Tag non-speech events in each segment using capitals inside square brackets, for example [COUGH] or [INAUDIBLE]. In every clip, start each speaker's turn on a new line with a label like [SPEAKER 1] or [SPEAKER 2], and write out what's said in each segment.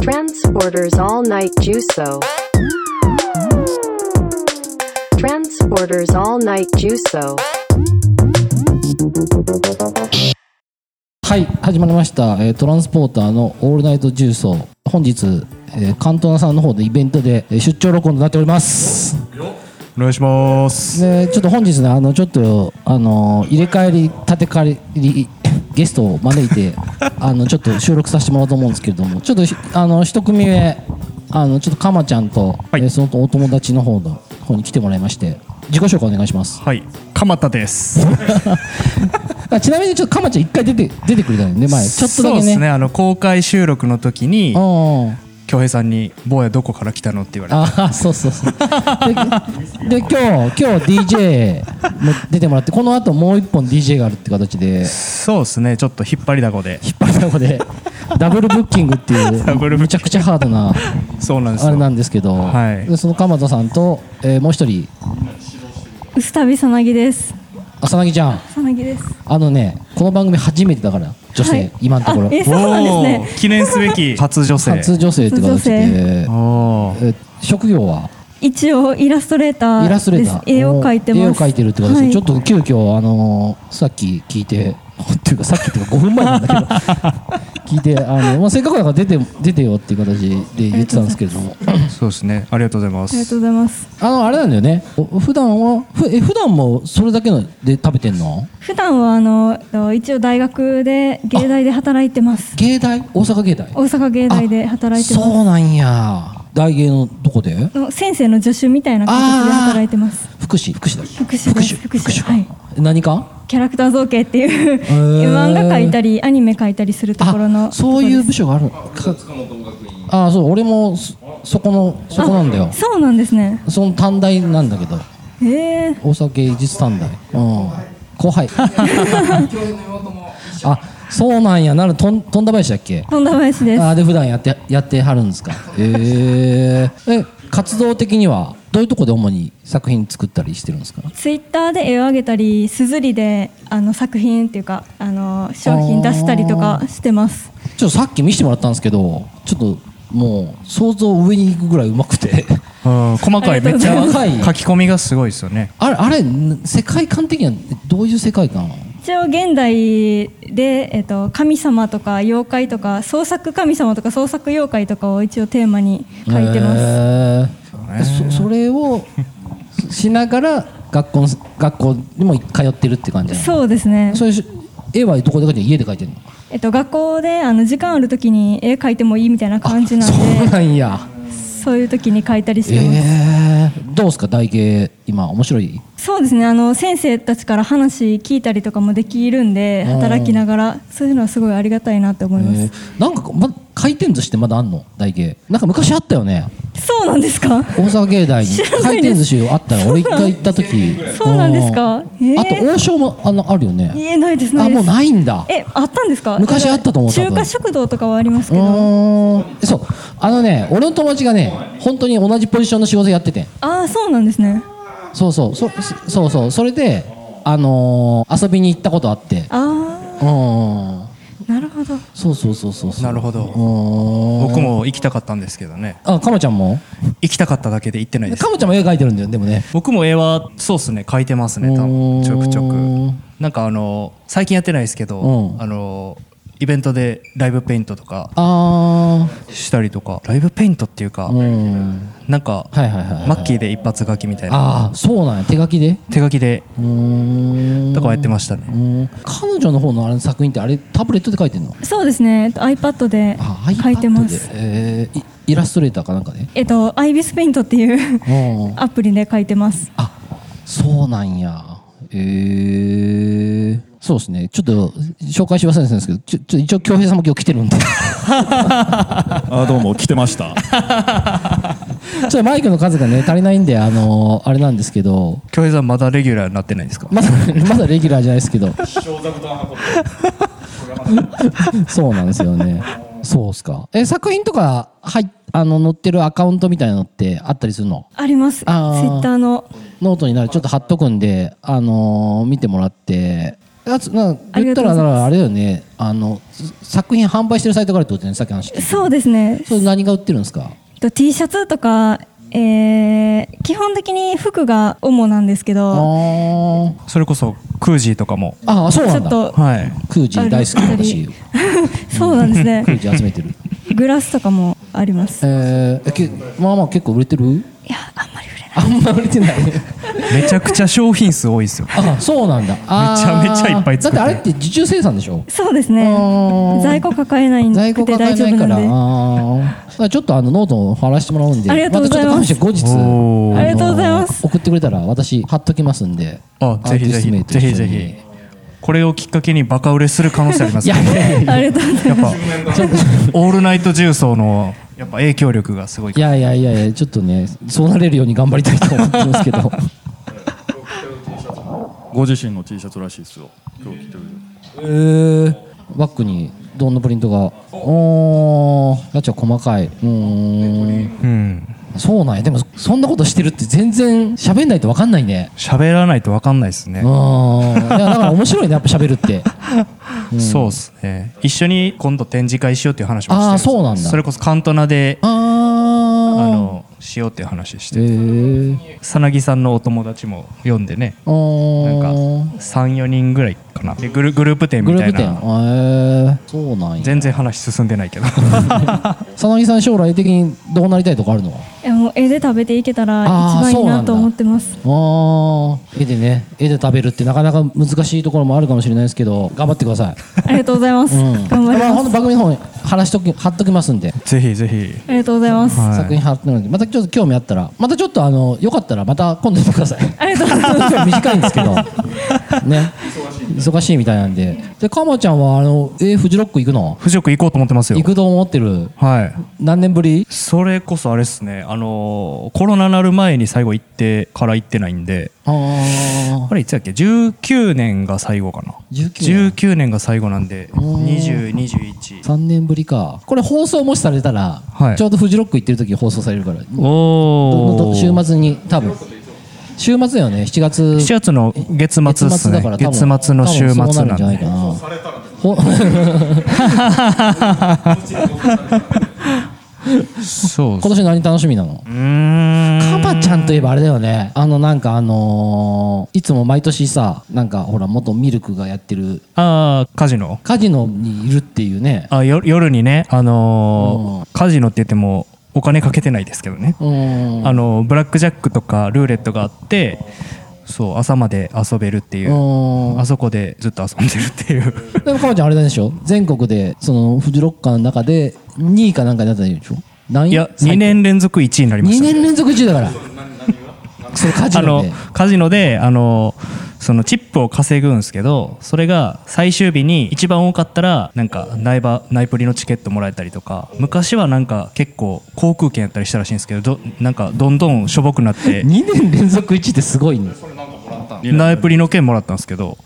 [SPEAKER 1] Transporters All Night Juso. Transporters All Night Juso.
[SPEAKER 2] はい始まりました、えートランスポーターのオールナイト重奏本日、えー、関東さんの方でイベントでえー出張録音となっております
[SPEAKER 3] お願いします。
[SPEAKER 2] でちょっと本日ねあのちょっとあの入れ替えり立て替わりゲストを招い
[SPEAKER 3] [LAUGHS]
[SPEAKER 2] てあのちょっと収録させてもらおうと思うんですけれどもちょっとひあの一組目あのちょっとかまちゃんと、
[SPEAKER 3] はい
[SPEAKER 2] えーそのお友達の方の方に来てもらいまして自己紹介お願いします
[SPEAKER 3] はい、鎌田です。
[SPEAKER 2] あちなみにちょっとかまちゃん一回出て出てくれたよね前ちょっとだけね
[SPEAKER 3] そうですね。あの公開収録の時に
[SPEAKER 2] うん
[SPEAKER 3] 京平さんに坊やどこから来たのって言われて。
[SPEAKER 2] ああそうそうそうでで今日今日 DJ も出てもらってこの後もう一本 DJ があるって形で
[SPEAKER 3] そうですね。ちょっと引っ張りだこで。
[SPEAKER 2] 引っ張りだこでダブルブッキングってい
[SPEAKER 3] ダブ
[SPEAKER 2] う
[SPEAKER 3] ルブ
[SPEAKER 2] む
[SPEAKER 3] ッ
[SPEAKER 2] ち
[SPEAKER 3] キ
[SPEAKER 2] ゃ
[SPEAKER 3] ング
[SPEAKER 2] くちゃハードな
[SPEAKER 3] そうなんです
[SPEAKER 2] あれな
[SPEAKER 3] よ。
[SPEAKER 2] んですけど、
[SPEAKER 3] はい
[SPEAKER 2] でその鎌田さんと、えーもう一人
[SPEAKER 4] 薄旅さなぎです。
[SPEAKER 2] 浅なぎちゃん
[SPEAKER 4] さなぎです。
[SPEAKER 2] あのねこの番組初めてだから女性、
[SPEAKER 4] はい
[SPEAKER 2] 今のところ
[SPEAKER 4] あえそうなんですね
[SPEAKER 3] おー記念すべき初女性。
[SPEAKER 2] [LAUGHS] 初女性って
[SPEAKER 4] 初女
[SPEAKER 2] 形で、
[SPEAKER 4] 性
[SPEAKER 3] おー
[SPEAKER 2] えー職業は
[SPEAKER 4] 一応イラストレーターです。
[SPEAKER 2] イラストレーター
[SPEAKER 4] 絵を描いてます。
[SPEAKER 2] 絵を描いてるってことですね、
[SPEAKER 4] はい
[SPEAKER 2] ちょっと急遽あのーさっき聞いて [LAUGHS] っていうかさっきっていうか5分前なんだけど [LAUGHS] 聞いてあの、まあ、せっかくだから出て出てよっていう形で言ってたんですけれど
[SPEAKER 4] [LAUGHS]
[SPEAKER 2] も
[SPEAKER 3] そうですね。ありがとうございま
[SPEAKER 4] ありがと
[SPEAKER 3] す
[SPEAKER 4] う。ございます。
[SPEAKER 2] あのあれなんだよねお普段はふえ普段もそれだけので食べてんの
[SPEAKER 4] 普段はあのえっと一応大学で芸大で働いてます。
[SPEAKER 2] 芸大大阪芸大
[SPEAKER 4] 大阪芸大で働いて
[SPEAKER 2] あ
[SPEAKER 4] ま。
[SPEAKER 2] そうなんや大芸のどこです
[SPEAKER 4] の先生の助手みたいな形で働いてます。
[SPEAKER 2] 福祉福祉だっけ
[SPEAKER 4] 福祉です
[SPEAKER 2] 福祉
[SPEAKER 4] 福祉はい
[SPEAKER 2] 何か
[SPEAKER 4] キャラクター造形っていう
[SPEAKER 2] ー
[SPEAKER 4] 漫画描いたりアニメ描いたりするところの
[SPEAKER 2] あそういう
[SPEAKER 4] とこ
[SPEAKER 2] 部署があるかあそう俺もそそこのそこなんだよ
[SPEAKER 4] ですそうなんですね。
[SPEAKER 2] その短大なんだけど
[SPEAKER 4] ええ
[SPEAKER 2] 大阪芸術短大、うん、後 [LAUGHS] 輩あそうなんやなるとん富田林だっけ
[SPEAKER 4] ー、んだ林です。
[SPEAKER 2] あで普段やってやってはるんです [LAUGHS] かへええ活動的にはどういうとこで主に作品作ったりしてるんですか
[SPEAKER 4] ツイッターで絵を上げたり、すずりであの作品っていうかあの商品出したりとかしてます。
[SPEAKER 2] ちょっとさっき見せてもらったんですけどちょっともう想像を上に行くぐらいうまくて
[SPEAKER 3] うん細かいめっち
[SPEAKER 2] あ
[SPEAKER 3] ゃ
[SPEAKER 2] りがとうございます
[SPEAKER 3] 書き込みがすごいですよね。
[SPEAKER 2] あれあれん世界観的にはどういう世界観
[SPEAKER 4] 一応現代で、えっと、神様とか妖怪とか創作神様とか創作妖怪とかを一応テーマに書いてます。
[SPEAKER 2] ますそそれをしながら学校の学校にも通ってるって感じなの
[SPEAKER 4] そうですね。
[SPEAKER 2] そういうし絵はどこで描いてる家で描いてるの
[SPEAKER 4] えっと学校であの時間ある時に絵描いてもいいみたいな感じな
[SPEAKER 2] そうん
[SPEAKER 4] で、
[SPEAKER 2] なんや
[SPEAKER 4] そういう時に描いたりしてます。
[SPEAKER 2] えー、どうですか台形今面白い
[SPEAKER 4] そうですねあの先生たちから話聞いたりとかもできるんで
[SPEAKER 2] うん
[SPEAKER 4] 働きながらそういうのはすごいありがたいなって思います、
[SPEAKER 2] えーなんかま回転寿司ってまだあんの台形なんか昔あったよね
[SPEAKER 4] そうなんですか
[SPEAKER 2] 大阪芸大に
[SPEAKER 4] 知らないです
[SPEAKER 2] 回転寿司あったよ俺一回行った時
[SPEAKER 4] そうなんですか
[SPEAKER 2] うん
[SPEAKER 4] えー
[SPEAKER 2] あと王将もあのあるよね
[SPEAKER 4] 言えないです
[SPEAKER 2] あもう
[SPEAKER 4] い
[SPEAKER 2] ないんだ
[SPEAKER 4] ですえあったんですか
[SPEAKER 2] 昔あったと思う多分
[SPEAKER 4] 中華食堂とかはあります
[SPEAKER 2] う
[SPEAKER 4] けど
[SPEAKER 2] ーんそうあのね俺の友達がね本当に同じポジションの仕事やってて
[SPEAKER 4] ああそうなんですね
[SPEAKER 2] そうそうそそうそうそれであのー遊びに行ったことあって
[SPEAKER 4] あ
[SPEAKER 2] うん
[SPEAKER 4] あなるほど
[SPEAKER 2] そうそうそうそうそう
[SPEAKER 3] なるほ
[SPEAKER 2] う
[SPEAKER 3] ど。
[SPEAKER 2] ーん
[SPEAKER 3] 僕も行きたかったんですけどね。
[SPEAKER 2] あかもちゃんも
[SPEAKER 3] 行きたかっただけで行ってないです
[SPEAKER 2] か。もちゃんも絵描いてるんだよでもね
[SPEAKER 3] 僕も絵はそうですね書いてますね多
[SPEAKER 2] うーん
[SPEAKER 3] 分ちょくちょくなんかあの最近やってないですけど、
[SPEAKER 2] うん
[SPEAKER 3] あのイベントでライブペイントとか
[SPEAKER 2] あ
[SPEAKER 3] したりとかライブペイントっていうか、
[SPEAKER 2] あうん
[SPEAKER 3] なんか、
[SPEAKER 2] はいはいはいはい
[SPEAKER 3] マッキーで一発書きみたいな
[SPEAKER 2] ああそうなんや手書きで
[SPEAKER 3] 手書きで
[SPEAKER 2] うーん
[SPEAKER 3] とかやってましたね、
[SPEAKER 2] うーん彼女の方のあれの作品ってあれタブレットで描いてるの
[SPEAKER 4] そうですねえっと iPad で
[SPEAKER 2] あ iPad で
[SPEAKER 4] 書いてます
[SPEAKER 2] えー、イイラストレーターかなんかね
[SPEAKER 4] えっとアイビスペイントっていう
[SPEAKER 2] うん
[SPEAKER 4] アプリで書いてます
[SPEAKER 2] あそうなんやえー、そうですねちょっと紹介し忘れてたんですけどちょちょ一応恭平さんも今日来てるんで [LAUGHS]
[SPEAKER 5] あどうも来てました。
[SPEAKER 2] ちょっとマイクの数がね足りないんであのーあれなんですけど
[SPEAKER 3] 京平さんまだレギュラーになってないですか
[SPEAKER 2] まだまだレギュラーじゃないですけど。そうなんですよね。そうっすか。え作品とかはいあの載ってるアカウントみたいなのってあったりするの？
[SPEAKER 4] ありますツイ
[SPEAKER 2] あー
[SPEAKER 4] ッターの
[SPEAKER 2] ノートになるちょっと貼っとくんであのー見てもらって。やつな言ったらだからあれだよねあのす作品販売してるサイトがあるってことだよねさっきの話聞いて
[SPEAKER 4] そうですね
[SPEAKER 2] それ何が売ってるんですか
[SPEAKER 4] えっと T シャツとか、えー基本的に服が主なんですけ
[SPEAKER 2] あ
[SPEAKER 4] ど
[SPEAKER 2] ー
[SPEAKER 3] それこそクージーとかも
[SPEAKER 2] あそうなんだ
[SPEAKER 4] ちょっと
[SPEAKER 3] はい
[SPEAKER 2] クージー大好きだし [LAUGHS]
[SPEAKER 4] [LAUGHS] そうなんですね
[SPEAKER 2] クージー集めてる
[SPEAKER 4] グラスとかもあります
[SPEAKER 2] えー、えけまあまあ結構売れてる
[SPEAKER 4] いやあんまり売れない
[SPEAKER 2] あんま売れてない
[SPEAKER 3] めちゃくちゃ商品数多いですよ
[SPEAKER 2] あそうなんだあー
[SPEAKER 3] めちゃめちゃいっぱい作って
[SPEAKER 2] だってあれって受注生産でしょ
[SPEAKER 4] そうです
[SPEAKER 2] あ
[SPEAKER 4] ね
[SPEAKER 2] ー
[SPEAKER 4] 在庫抱えないんで
[SPEAKER 2] 在庫抱
[SPEAKER 4] 大
[SPEAKER 2] え
[SPEAKER 4] 丈
[SPEAKER 2] ない
[SPEAKER 4] 夫
[SPEAKER 2] からあ
[SPEAKER 4] なんで
[SPEAKER 2] ーだからちょっとあのノートを貼らせてもらうんで
[SPEAKER 4] ありがとうございます
[SPEAKER 2] たちょっと関して後
[SPEAKER 3] お
[SPEAKER 2] 日
[SPEAKER 3] ー
[SPEAKER 4] ありがとうございます
[SPEAKER 2] あの送ってくれたら私貼っときますんで
[SPEAKER 3] あぜひぜ
[SPEAKER 2] アーティスト名
[SPEAKER 3] ひ
[SPEAKER 2] と一
[SPEAKER 3] ぜ
[SPEAKER 2] 緒に
[SPEAKER 3] ひぜひこれをきっかけにバカ売れする可能性あります
[SPEAKER 2] い
[SPEAKER 3] よ
[SPEAKER 2] やいや [LAUGHS] いや
[SPEAKER 4] ありがとうござい
[SPEAKER 3] や
[SPEAKER 4] ま
[SPEAKER 3] っぱオールナイト重曹のやっぱ影響力がすごい
[SPEAKER 2] いやいやいやいやちょっとねそうなれるように頑張りたいと思ってますけど
[SPEAKER 5] ご自身の T シャツらしいですよ。今日着てる。
[SPEAKER 2] えー、バッグにどんなプリントがおーやちは細かいうーん
[SPEAKER 3] うん
[SPEAKER 2] そうなんやでもそんなことしてるって全然喋んないと分かんないね
[SPEAKER 3] 喋らないと分かんないです
[SPEAKER 2] う
[SPEAKER 3] ね
[SPEAKER 2] ーんいやだから面白いねやっぱ喋るって
[SPEAKER 3] そうですね一緒に今度展示会しようっていう話もしてる
[SPEAKER 2] あーそうなんだ
[SPEAKER 3] それこそカントナで
[SPEAKER 2] あ
[SPEAKER 3] あ
[SPEAKER 2] ー
[SPEAKER 3] のしようっていう話して
[SPEAKER 2] えー、
[SPEAKER 3] さなぎさんのお友達も読んでね
[SPEAKER 2] あー
[SPEAKER 3] なん34人ぐらいかなでグルグループ展
[SPEAKER 2] グ
[SPEAKER 3] み
[SPEAKER 2] ルー
[SPEAKER 3] たい
[SPEAKER 2] プ展
[SPEAKER 3] な
[SPEAKER 2] えー、そうなんや
[SPEAKER 3] 全然話進んでないけど
[SPEAKER 2] 佐野木さん将来的にどうなりたいとかあるの
[SPEAKER 4] すいやもう絵で食べていけたら
[SPEAKER 2] あー
[SPEAKER 4] 一番いい
[SPEAKER 2] そうな
[SPEAKER 4] なん
[SPEAKER 2] だ
[SPEAKER 4] と思ってます
[SPEAKER 2] ああ絵でね絵で食べるってなかなか難しいところもあるかもしれないですけど頑張ってください、
[SPEAKER 4] ありがとうございます、
[SPEAKER 2] うん、
[SPEAKER 4] 頑張り
[SPEAKER 2] まあ
[SPEAKER 4] ま
[SPEAKER 2] ほんと
[SPEAKER 4] す
[SPEAKER 2] 番組の方に話しとき貼っときますんで、
[SPEAKER 3] [LAUGHS] ぜひぜひ
[SPEAKER 4] ありがとうございます、
[SPEAKER 3] はい
[SPEAKER 2] 作品貼ってるのでまたちょっと興味あったらまたちょっとあのよかったらまた今度やってください
[SPEAKER 4] ありがとうございます
[SPEAKER 2] 短いんですけどね忙しいみたいなんででかまちゃんはあのえーフジロック行くの
[SPEAKER 3] 富士屋行こうと思ってますよ
[SPEAKER 2] 行くと思ってる
[SPEAKER 3] はい
[SPEAKER 2] 何年ぶり
[SPEAKER 3] それこそあれですねあのーコロナなる前に最後行ってから行ってないんで
[SPEAKER 2] ああ
[SPEAKER 3] あれいつだっけ19年が最後かな
[SPEAKER 2] 19
[SPEAKER 3] 19年が最後なんで
[SPEAKER 2] ん
[SPEAKER 3] 2021
[SPEAKER 2] 3年ぶりかこれ放送もしされたら、
[SPEAKER 3] はい
[SPEAKER 2] ちょうどフジロック行ってる時に放送されるからど
[SPEAKER 3] お
[SPEAKER 2] ど
[SPEAKER 3] お
[SPEAKER 2] 週末に多分週末だよね7月
[SPEAKER 3] 7月の月末っすね
[SPEAKER 2] 多分
[SPEAKER 3] 月末の週末
[SPEAKER 2] 多分そう
[SPEAKER 3] な
[SPEAKER 2] る
[SPEAKER 3] ん
[SPEAKER 2] んじゃない
[SPEAKER 3] で
[SPEAKER 2] かなほ [LAUGHS]
[SPEAKER 3] そうっす
[SPEAKER 2] 今年何楽しみなの
[SPEAKER 3] うーん
[SPEAKER 2] カバちゃんといえばあれだよねあのなんかあのーいつも毎年さなんかほら元ミルクがやってる
[SPEAKER 3] ああカジノ
[SPEAKER 2] カジノにいるっていうね
[SPEAKER 3] あよ夜にねあのーカジノって言ってもお金かけてないですけどね、
[SPEAKER 2] うん
[SPEAKER 3] あのーブラックジャックとかルーレットがあってそう朝まで遊べるっていううんあそこでずっと遊んでるっていう
[SPEAKER 2] でもかまちゃんあれなんでしょ全国でそのフジロッカーの中で2位かなんかになったんでしょ何位
[SPEAKER 3] いや
[SPEAKER 2] 最高
[SPEAKER 3] 2年連続1位になりま
[SPEAKER 2] 2
[SPEAKER 3] したね
[SPEAKER 2] 年連続1位だからそれカジ
[SPEAKER 3] あ
[SPEAKER 2] ノ
[SPEAKER 3] の
[SPEAKER 2] で
[SPEAKER 3] カジノであのそのチップを稼ぐんですけどそれが最終日に一番多かったらなんかナイバナイプリのチケットもらえたりとか昔はなんか結構航空券やったりしたらしいんですけどどなんかどんどんしょぼくなっ
[SPEAKER 2] 2
[SPEAKER 3] て
[SPEAKER 2] 年連続1位ってすごいね
[SPEAKER 3] ナイプリの券もらったんですけど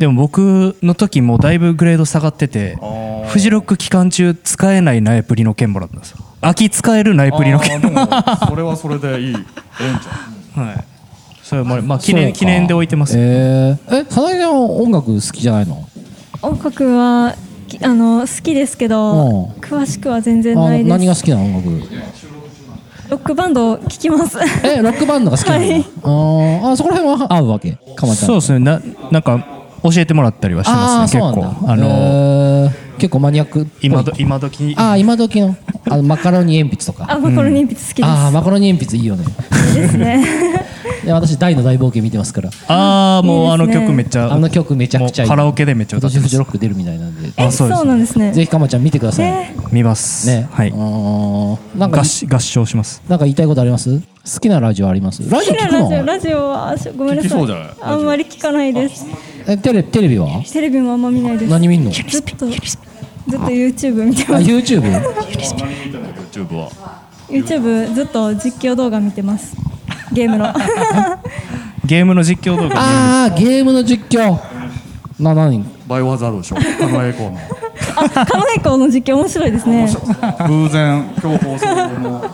[SPEAKER 3] でも僕の時もうだいぶグレード下がっててフジロック期間中使えないナイプリの券もらったんですよ秋使えるナイプリの券
[SPEAKER 5] でも [LAUGHS] それはそれでいい。ええんちゃ
[SPEAKER 3] はいそれもまあ記念記念で置いてます
[SPEAKER 2] えー、え佐々木さんは音楽好きじゃないの
[SPEAKER 4] 音楽はきあの好きですけ
[SPEAKER 2] う
[SPEAKER 4] ど詳しくは全然
[SPEAKER 2] あ
[SPEAKER 4] ない
[SPEAKER 2] 何
[SPEAKER 4] で
[SPEAKER 2] が
[SPEAKER 4] す
[SPEAKER 2] 好きなの音
[SPEAKER 4] [LAUGHS]
[SPEAKER 2] 楽
[SPEAKER 4] ロックバンドを聴きます
[SPEAKER 2] えロックバンドが好きなの、あーあそこら辺は合うわけかまちゃん
[SPEAKER 3] そうですねななんか教えてもらったりはして
[SPEAKER 2] あ
[SPEAKER 3] ま
[SPEAKER 2] あ
[SPEAKER 3] す
[SPEAKER 2] そ
[SPEAKER 3] ね
[SPEAKER 2] うなん
[SPEAKER 3] 結
[SPEAKER 2] だ
[SPEAKER 3] 構あの、
[SPEAKER 2] えー結構マニアックっぽい
[SPEAKER 3] 今ど今時
[SPEAKER 2] ああ今時のあのマカロニ鉛筆とか
[SPEAKER 4] あマカロニ鉛筆好きです、
[SPEAKER 2] ああマカロニ鉛筆いいよね
[SPEAKER 4] いいですね
[SPEAKER 2] いや私大の大冒険見てますから
[SPEAKER 3] ああもうあの
[SPEAKER 4] いいですね
[SPEAKER 3] 曲めっちゃ
[SPEAKER 2] あの曲めちゃくちゃいい
[SPEAKER 3] もうカラオケでめっちゃ歌って
[SPEAKER 2] 今年
[SPEAKER 3] ま
[SPEAKER 2] フジ
[SPEAKER 3] す
[SPEAKER 2] ロック出るみたいなんで
[SPEAKER 4] え
[SPEAKER 3] あそう
[SPEAKER 4] そう
[SPEAKER 3] です
[SPEAKER 4] なんですね
[SPEAKER 2] ぜひかまちゃん見てください、
[SPEAKER 4] え
[SPEAKER 3] 見ます
[SPEAKER 2] ね
[SPEAKER 3] はい
[SPEAKER 2] あーなんか
[SPEAKER 3] 合唱合唱します
[SPEAKER 2] なんか言いたいことあります好きなラジオありますラジオ
[SPEAKER 4] 好き
[SPEAKER 2] 聞
[SPEAKER 4] な
[SPEAKER 2] く
[SPEAKER 4] ラジオ
[SPEAKER 2] の
[SPEAKER 4] ラジオはしょごめんな
[SPEAKER 5] 聞き
[SPEAKER 4] さ
[SPEAKER 5] そうじゃない
[SPEAKER 4] いあんまり聞かないです
[SPEAKER 2] えテレテレビは
[SPEAKER 4] テレビもあんま見ないです
[SPEAKER 2] 何見
[SPEAKER 4] [LAUGHS]
[SPEAKER 2] んの
[SPEAKER 4] ずっとずっと YouTube 見て
[SPEAKER 2] あ
[SPEAKER 4] ます
[SPEAKER 2] YouTube?
[SPEAKER 5] ん。何見てんの YouTube は。
[SPEAKER 4] YouTube ずっと実況動画見てますゲームの
[SPEAKER 3] ゲームの実況動画
[SPEAKER 2] ああゲームの実況な何
[SPEAKER 5] バイオハザードでしょ。あの栄光の。
[SPEAKER 4] あ、狩野英孝の実験面白いですね。
[SPEAKER 5] 偶然今日放送の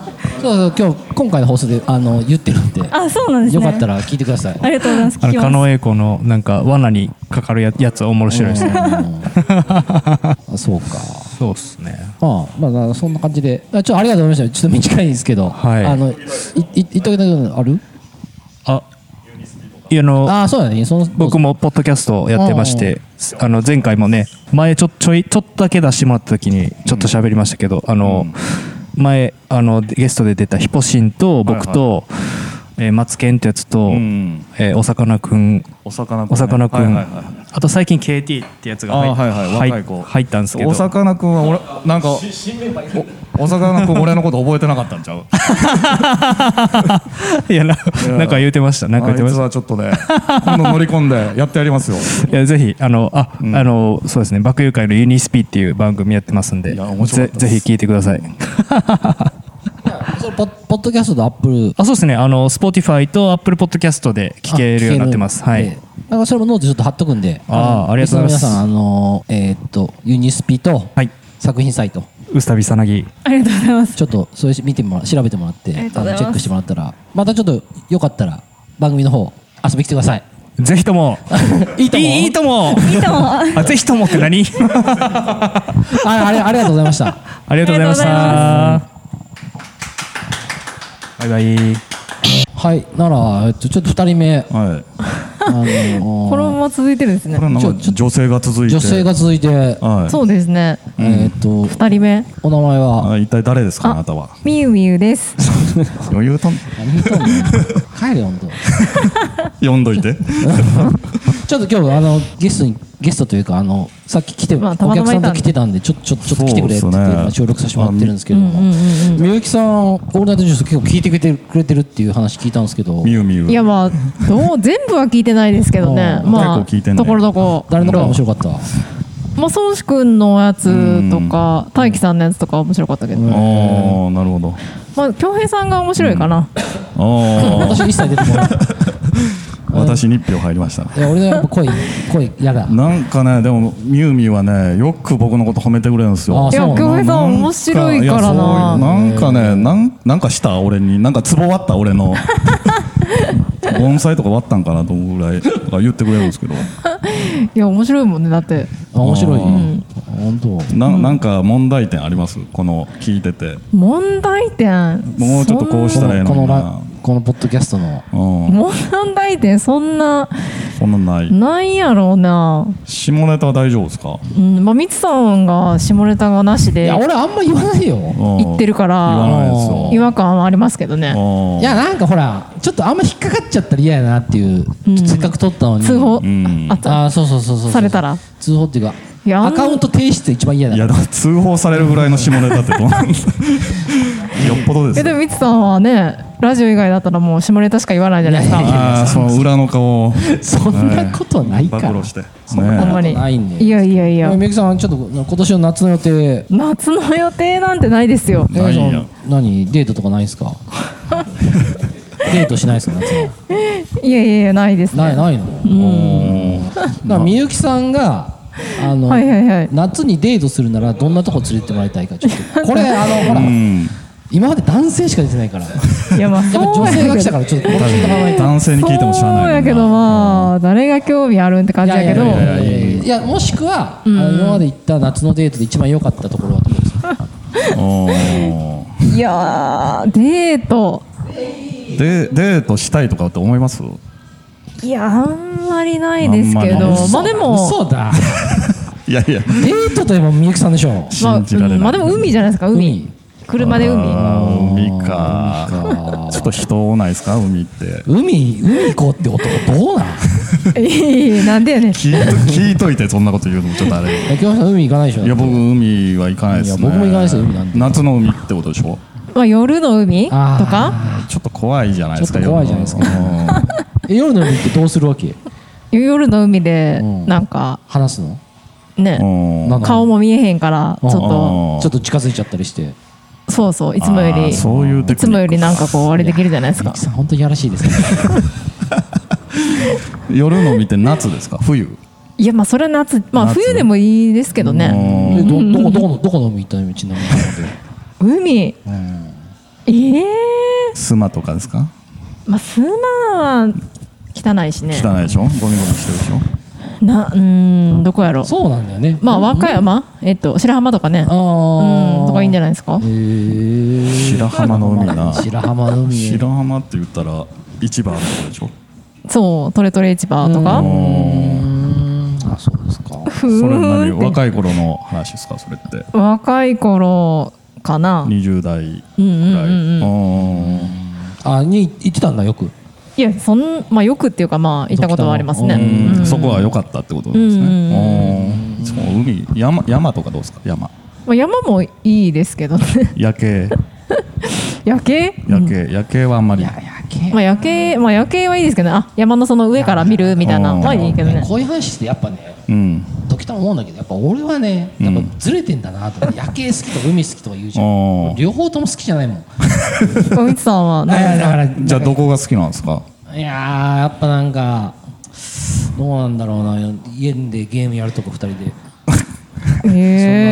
[SPEAKER 2] そうそう今日今回の放送であの言ってるんで
[SPEAKER 4] あ、そうなんです
[SPEAKER 2] よ
[SPEAKER 4] ね。
[SPEAKER 2] かった。ら聞いてください
[SPEAKER 4] ありがとうございます。
[SPEAKER 3] あ
[SPEAKER 4] 聞
[SPEAKER 3] の
[SPEAKER 4] き
[SPEAKER 3] 狩
[SPEAKER 4] ます。
[SPEAKER 3] 野英孝のなんか罠にかかるややつは面白いですね
[SPEAKER 2] あそうか
[SPEAKER 3] そうっすね
[SPEAKER 2] まあまあそんな感じであちょっとありがとうございましたちょっと短いですけど、
[SPEAKER 3] はい
[SPEAKER 2] あのいい言っときたいことある
[SPEAKER 3] あいやあの
[SPEAKER 2] ああそうだねその
[SPEAKER 3] 僕もポッドキャストをやってましてあの前回もね前ちょちょいちょっとだけ出してもらった時にちょっと喋りましたけど、あの、前あのゲストで出たヒポシンと僕と、えーマツケンってやつと、
[SPEAKER 5] うん
[SPEAKER 3] えーお魚くん
[SPEAKER 5] お魚
[SPEAKER 3] お魚くん、
[SPEAKER 5] はいはいはい
[SPEAKER 3] あと最近 KT ってやつが入っ
[SPEAKER 5] あーはいはい若い子
[SPEAKER 3] 入ったんですけど
[SPEAKER 5] お魚くんは俺なんかおお魚くん俺のこと覚えてなかったんちゃう
[SPEAKER 3] [LAUGHS] いやななんか言うてましたなんか言って
[SPEAKER 5] あ
[SPEAKER 3] ま
[SPEAKER 5] い
[SPEAKER 3] し
[SPEAKER 5] つ
[SPEAKER 3] た
[SPEAKER 5] はちょっとね今度乗り込んでやってやりますよ
[SPEAKER 3] いやぜひあのあ、あのそうですね爆友会のユニスピっていう番組やってますんで
[SPEAKER 5] いや面白か
[SPEAKER 3] ぜ
[SPEAKER 5] ったです
[SPEAKER 3] ぜひ聞いてください
[SPEAKER 2] それポッポッドキャストとアップル
[SPEAKER 3] あそうですねあの Spotify と Apple Podcast で聞けるようになってます
[SPEAKER 2] あ聞
[SPEAKER 3] は
[SPEAKER 2] ける
[SPEAKER 3] い
[SPEAKER 2] んでなんかそれもノートちょっと貼っとくんで
[SPEAKER 3] あー
[SPEAKER 2] の
[SPEAKER 3] ありがとうございます
[SPEAKER 2] リスナーの皆さんあのえーっとユニスピと
[SPEAKER 3] はい
[SPEAKER 2] 作品サイト
[SPEAKER 3] うさびさなぎ
[SPEAKER 4] ありがとうござ
[SPEAKER 2] [LAUGHS]
[SPEAKER 4] います。
[SPEAKER 2] ちょっとそれ見てもら調べてもらって
[SPEAKER 4] ありがと
[SPEAKER 2] あ
[SPEAKER 4] うござ
[SPEAKER 2] の
[SPEAKER 4] います
[SPEAKER 2] チェックしてもらったらまたちょっとよかったら番組の方遊び来てくださ
[SPEAKER 3] [LAUGHS]
[SPEAKER 2] い
[SPEAKER 3] ぜひとも
[SPEAKER 2] いいとも
[SPEAKER 3] いいとも
[SPEAKER 4] いいとも。あり
[SPEAKER 3] あぜひともって何
[SPEAKER 2] ああれありがとうございました
[SPEAKER 3] ありがとうございましたバイバイ
[SPEAKER 2] はいならえっとちょっと二人目
[SPEAKER 5] はい
[SPEAKER 2] あの
[SPEAKER 6] このまま続いてるんですね
[SPEAKER 5] これはなんか女性が続いて
[SPEAKER 2] 女性が続いて、
[SPEAKER 5] はい
[SPEAKER 6] そうですね
[SPEAKER 2] えーっと
[SPEAKER 6] 二人目
[SPEAKER 2] お名前は
[SPEAKER 5] あ一体誰ですかあなたは
[SPEAKER 6] みゆみゆです
[SPEAKER 5] 余裕とん
[SPEAKER 2] 何言っとんの
[SPEAKER 3] [LAUGHS]
[SPEAKER 2] 帰れよほんと
[SPEAKER 5] 読んどいて
[SPEAKER 2] ちょっと今日あのゲストにゲストというかあのさっき来て、
[SPEAKER 6] まあたま
[SPEAKER 2] お
[SPEAKER 6] たま
[SPEAKER 2] 客さん
[SPEAKER 6] いた
[SPEAKER 2] と
[SPEAKER 6] んで
[SPEAKER 2] 来てたんでちょちょちょっと来てくれって言
[SPEAKER 5] そう
[SPEAKER 2] っ
[SPEAKER 5] っす
[SPEAKER 2] て
[SPEAKER 5] ね
[SPEAKER 2] 今収録させてもらってるんですけれどもみゆきさん「オールナイトニュース」結構聞いてくれてるくれてるっていう話聞いたんですけど
[SPEAKER 5] みゆみゆ
[SPEAKER 6] いやまあどう全部は聞いてないですけ
[SPEAKER 5] [LAUGHS]
[SPEAKER 6] どね
[SPEAKER 2] うん
[SPEAKER 6] まあ
[SPEAKER 5] 結構聞いてんね
[SPEAKER 6] ところどころ
[SPEAKER 2] 誰の声が面白かった
[SPEAKER 6] まあ孫子くんのやつとか大樹さんのやつとか面白かったけど
[SPEAKER 5] あーなるほど
[SPEAKER 6] まあ恭平さんが面白いかな [LAUGHS]
[SPEAKER 5] あ
[SPEAKER 2] 私一切出てこない
[SPEAKER 5] あ私に1票入りましたね
[SPEAKER 2] いや俺のやっぱ声声やだ
[SPEAKER 5] なんかねでもみゆみゆはねよく僕のこと褒めてくれるんですよ
[SPEAKER 2] あ
[SPEAKER 6] いや
[SPEAKER 2] そう
[SPEAKER 6] 恭平さん面白いか
[SPEAKER 5] や
[SPEAKER 6] ら
[SPEAKER 5] そう
[SPEAKER 6] な
[SPEAKER 5] なんかねなんなんかした俺になんかツボ割った俺の [LAUGHS] 盆栽とか割ったんかなと思うぐらいとか言ってくれるんですけど
[SPEAKER 6] いや面白いもんねだって
[SPEAKER 2] あ面白い
[SPEAKER 5] うん
[SPEAKER 2] 本当
[SPEAKER 5] ななんか問題点ありますこの聞いてて
[SPEAKER 6] 問題点
[SPEAKER 5] もうちょっとこうし
[SPEAKER 2] こ
[SPEAKER 5] たらええ
[SPEAKER 2] の
[SPEAKER 5] の
[SPEAKER 2] こ
[SPEAKER 5] に
[SPEAKER 2] の
[SPEAKER 5] な
[SPEAKER 2] ラこのポッドキャストの
[SPEAKER 5] うん
[SPEAKER 6] 問題点そんな
[SPEAKER 5] そんなんない
[SPEAKER 6] ないやろうな
[SPEAKER 5] 下ネタは大丈夫ですか
[SPEAKER 6] うんまあみつさんが下ネタがなし
[SPEAKER 2] い
[SPEAKER 6] で
[SPEAKER 2] や俺あんま言わないよ
[SPEAKER 6] 言ってる
[SPEAKER 5] 言
[SPEAKER 6] か
[SPEAKER 5] わ
[SPEAKER 6] ら
[SPEAKER 5] ないですよ
[SPEAKER 6] 違和感はありますけどね
[SPEAKER 5] うん
[SPEAKER 2] いやなんかほらちょっとあんま引っかかっちゃったら嫌やなっていうせっかく撮ったのに
[SPEAKER 6] 通報
[SPEAKER 5] ん
[SPEAKER 6] あった
[SPEAKER 2] あそうそうそうそうそう
[SPEAKER 6] されたら
[SPEAKER 2] 通報っていうか
[SPEAKER 6] いやあん
[SPEAKER 2] アカウント停止って一番嫌だ
[SPEAKER 5] いやだから通報されるぐらいの下ネタってどうなんですかよっぽどです
[SPEAKER 6] [LAUGHS] えで
[SPEAKER 5] よ
[SPEAKER 6] もみつさんはねラジオ以外だったらもう下ネタしか言わないじゃないですか
[SPEAKER 5] ああその裏の顔を
[SPEAKER 2] そんなことない
[SPEAKER 5] 暴
[SPEAKER 2] から
[SPEAKER 5] 露して
[SPEAKER 6] ほん
[SPEAKER 5] ね
[SPEAKER 6] まに
[SPEAKER 2] ないんで
[SPEAKER 6] いやいやいや
[SPEAKER 2] みゆきさんちょっと今年の夏の予定
[SPEAKER 6] 夏の予定なんてないですよ
[SPEAKER 5] な
[SPEAKER 2] えー
[SPEAKER 5] いんや
[SPEAKER 2] その何デートとかないです
[SPEAKER 5] [LAUGHS]
[SPEAKER 2] かデートしないですか夏はい
[SPEAKER 6] やいやいやないです
[SPEAKER 2] ない
[SPEAKER 6] ね
[SPEAKER 2] ないのだからみゆきさんがあの、
[SPEAKER 6] はいはいはい
[SPEAKER 2] 夏にデートするならどんなとこ連れてってもらいたいかちょっとこれあのほら
[SPEAKER 5] うん
[SPEAKER 2] 今まで男性しか出てないからやっ
[SPEAKER 6] いやまあ
[SPEAKER 2] ぱ
[SPEAKER 6] そう
[SPEAKER 2] 女
[SPEAKER 6] や
[SPEAKER 2] 性が
[SPEAKER 6] け
[SPEAKER 2] 来
[SPEAKER 6] ど
[SPEAKER 2] たから
[SPEAKER 5] [LAUGHS]
[SPEAKER 2] ちょっとこの人と考えて
[SPEAKER 5] 男性に聞いても知らないも
[SPEAKER 6] そうん
[SPEAKER 5] な
[SPEAKER 6] やけどまあ誰が興味あるんって感
[SPEAKER 2] い
[SPEAKER 6] じやけど
[SPEAKER 2] いやいやいやいやもしくは、あの今まで行った夏のデートで一番良かったところはどこですか
[SPEAKER 5] おー
[SPEAKER 6] いやーデート
[SPEAKER 5] でデートしたいとかって思います
[SPEAKER 6] いやあんまりないですけ
[SPEAKER 5] あんま
[SPEAKER 6] ど
[SPEAKER 5] り
[SPEAKER 6] まあでも
[SPEAKER 2] 嘘だ
[SPEAKER 5] いやいや
[SPEAKER 2] デートといえばみゆきさんでしょ
[SPEAKER 6] まあ
[SPEAKER 5] 信じられない、
[SPEAKER 6] うんまあでも海じゃないですか海
[SPEAKER 2] 海
[SPEAKER 6] 車で海
[SPEAKER 5] あー海かちょっと人多ないですか海って
[SPEAKER 2] 海海行こうって男どうなん
[SPEAKER 6] いや [LAUGHS] なんでやねん
[SPEAKER 5] 聞い聞いといてそんなこと言うのもちょっとあ
[SPEAKER 2] [LAUGHS]
[SPEAKER 5] れい
[SPEAKER 2] え京平さん海行かないでしょ
[SPEAKER 5] や僕海は行かないですね
[SPEAKER 2] いや僕も行かないですよ海なんて
[SPEAKER 5] 夏の海ってことでしょ
[SPEAKER 6] まあ夜の海と
[SPEAKER 2] あー
[SPEAKER 6] か
[SPEAKER 5] ちょっと怖いじゃないですか
[SPEAKER 2] ちょっと怖いじゃないですか
[SPEAKER 5] か
[SPEAKER 2] え夜の海ってどうするわけ
[SPEAKER 6] 夜の海で
[SPEAKER 2] うん
[SPEAKER 6] なんか
[SPEAKER 2] 話すの
[SPEAKER 6] ね
[SPEAKER 2] [LAUGHS] なんか
[SPEAKER 6] 顔も見えへんからちょっと
[SPEAKER 2] ちょっと近づいちゃったりして
[SPEAKER 6] そうそういつもよりい
[SPEAKER 5] そういうテクニック
[SPEAKER 6] つもよりなんかこうあれできるじゃないです
[SPEAKER 2] みゆ
[SPEAKER 6] か
[SPEAKER 2] きさん本当にやらしいですね
[SPEAKER 5] 夜の海って夏ですか冬
[SPEAKER 6] いいやまあそれは夏まあ
[SPEAKER 5] 夏
[SPEAKER 6] 冬でもいいですけどね
[SPEAKER 2] えどどこどこのどこの海行ったのちなみに
[SPEAKER 6] 海ええ
[SPEAKER 5] 砂とかですか
[SPEAKER 6] まあ砂は汚いしね
[SPEAKER 5] 汚いでしょゴミゴミしてるでしょ
[SPEAKER 6] なうーんどこやろう
[SPEAKER 2] そうなんだよね
[SPEAKER 6] まあ和歌山えっと白浜とかね
[SPEAKER 2] あ
[SPEAKER 6] うん
[SPEAKER 2] あ
[SPEAKER 6] とかいいんじゃ
[SPEAKER 2] ない
[SPEAKER 6] ないですか
[SPEAKER 5] 白浜の海な
[SPEAKER 2] 白浜の海
[SPEAKER 5] 白浜って言ったら市場あるとこでしょ
[SPEAKER 6] そうトレトレ市場とか
[SPEAKER 2] あそうですか
[SPEAKER 6] ふ
[SPEAKER 5] それ何
[SPEAKER 6] ーんって
[SPEAKER 5] 若い頃の話ですかそれって
[SPEAKER 6] 若い頃かな
[SPEAKER 5] 20代
[SPEAKER 6] うんう
[SPEAKER 5] ぐ
[SPEAKER 6] んう
[SPEAKER 5] らい
[SPEAKER 6] んうん
[SPEAKER 2] あに行ってたんだよく
[SPEAKER 6] いやそんまあよくっていうかまあ行ったことはありますね
[SPEAKER 2] ドク
[SPEAKER 5] うん
[SPEAKER 6] うん
[SPEAKER 5] う
[SPEAKER 6] うんん
[SPEAKER 5] そこは良かったってことです
[SPEAKER 6] うんうん
[SPEAKER 5] ねうんそう海山山とかどうですか山
[SPEAKER 6] まあ山もいいですけどね
[SPEAKER 5] 夜景
[SPEAKER 6] 夜景
[SPEAKER 5] 夜景夜景はあんまり
[SPEAKER 6] まあ夜景まあ夜景はいいですけどねあ山のその上から見るみたいな
[SPEAKER 5] うん
[SPEAKER 6] まあいいけどね
[SPEAKER 2] こういう話ってやっぱね
[SPEAKER 5] うん
[SPEAKER 2] 時たま思うんだけどやっぱ俺はねやっぱずれてんだなと思って夜景好きと海好きとか言うじゃん
[SPEAKER 5] ああ
[SPEAKER 2] 俺両方とも好きじゃないもん
[SPEAKER 6] 小道さんは
[SPEAKER 2] だ
[SPEAKER 6] 何です
[SPEAKER 2] から
[SPEAKER 5] じゃあどこが好きなんですか
[SPEAKER 2] いやーやっぱなんかどうなんだろうな家でゲームやるとこ二人で
[SPEAKER 6] か
[SPEAKER 2] そんな過
[SPEAKER 6] へ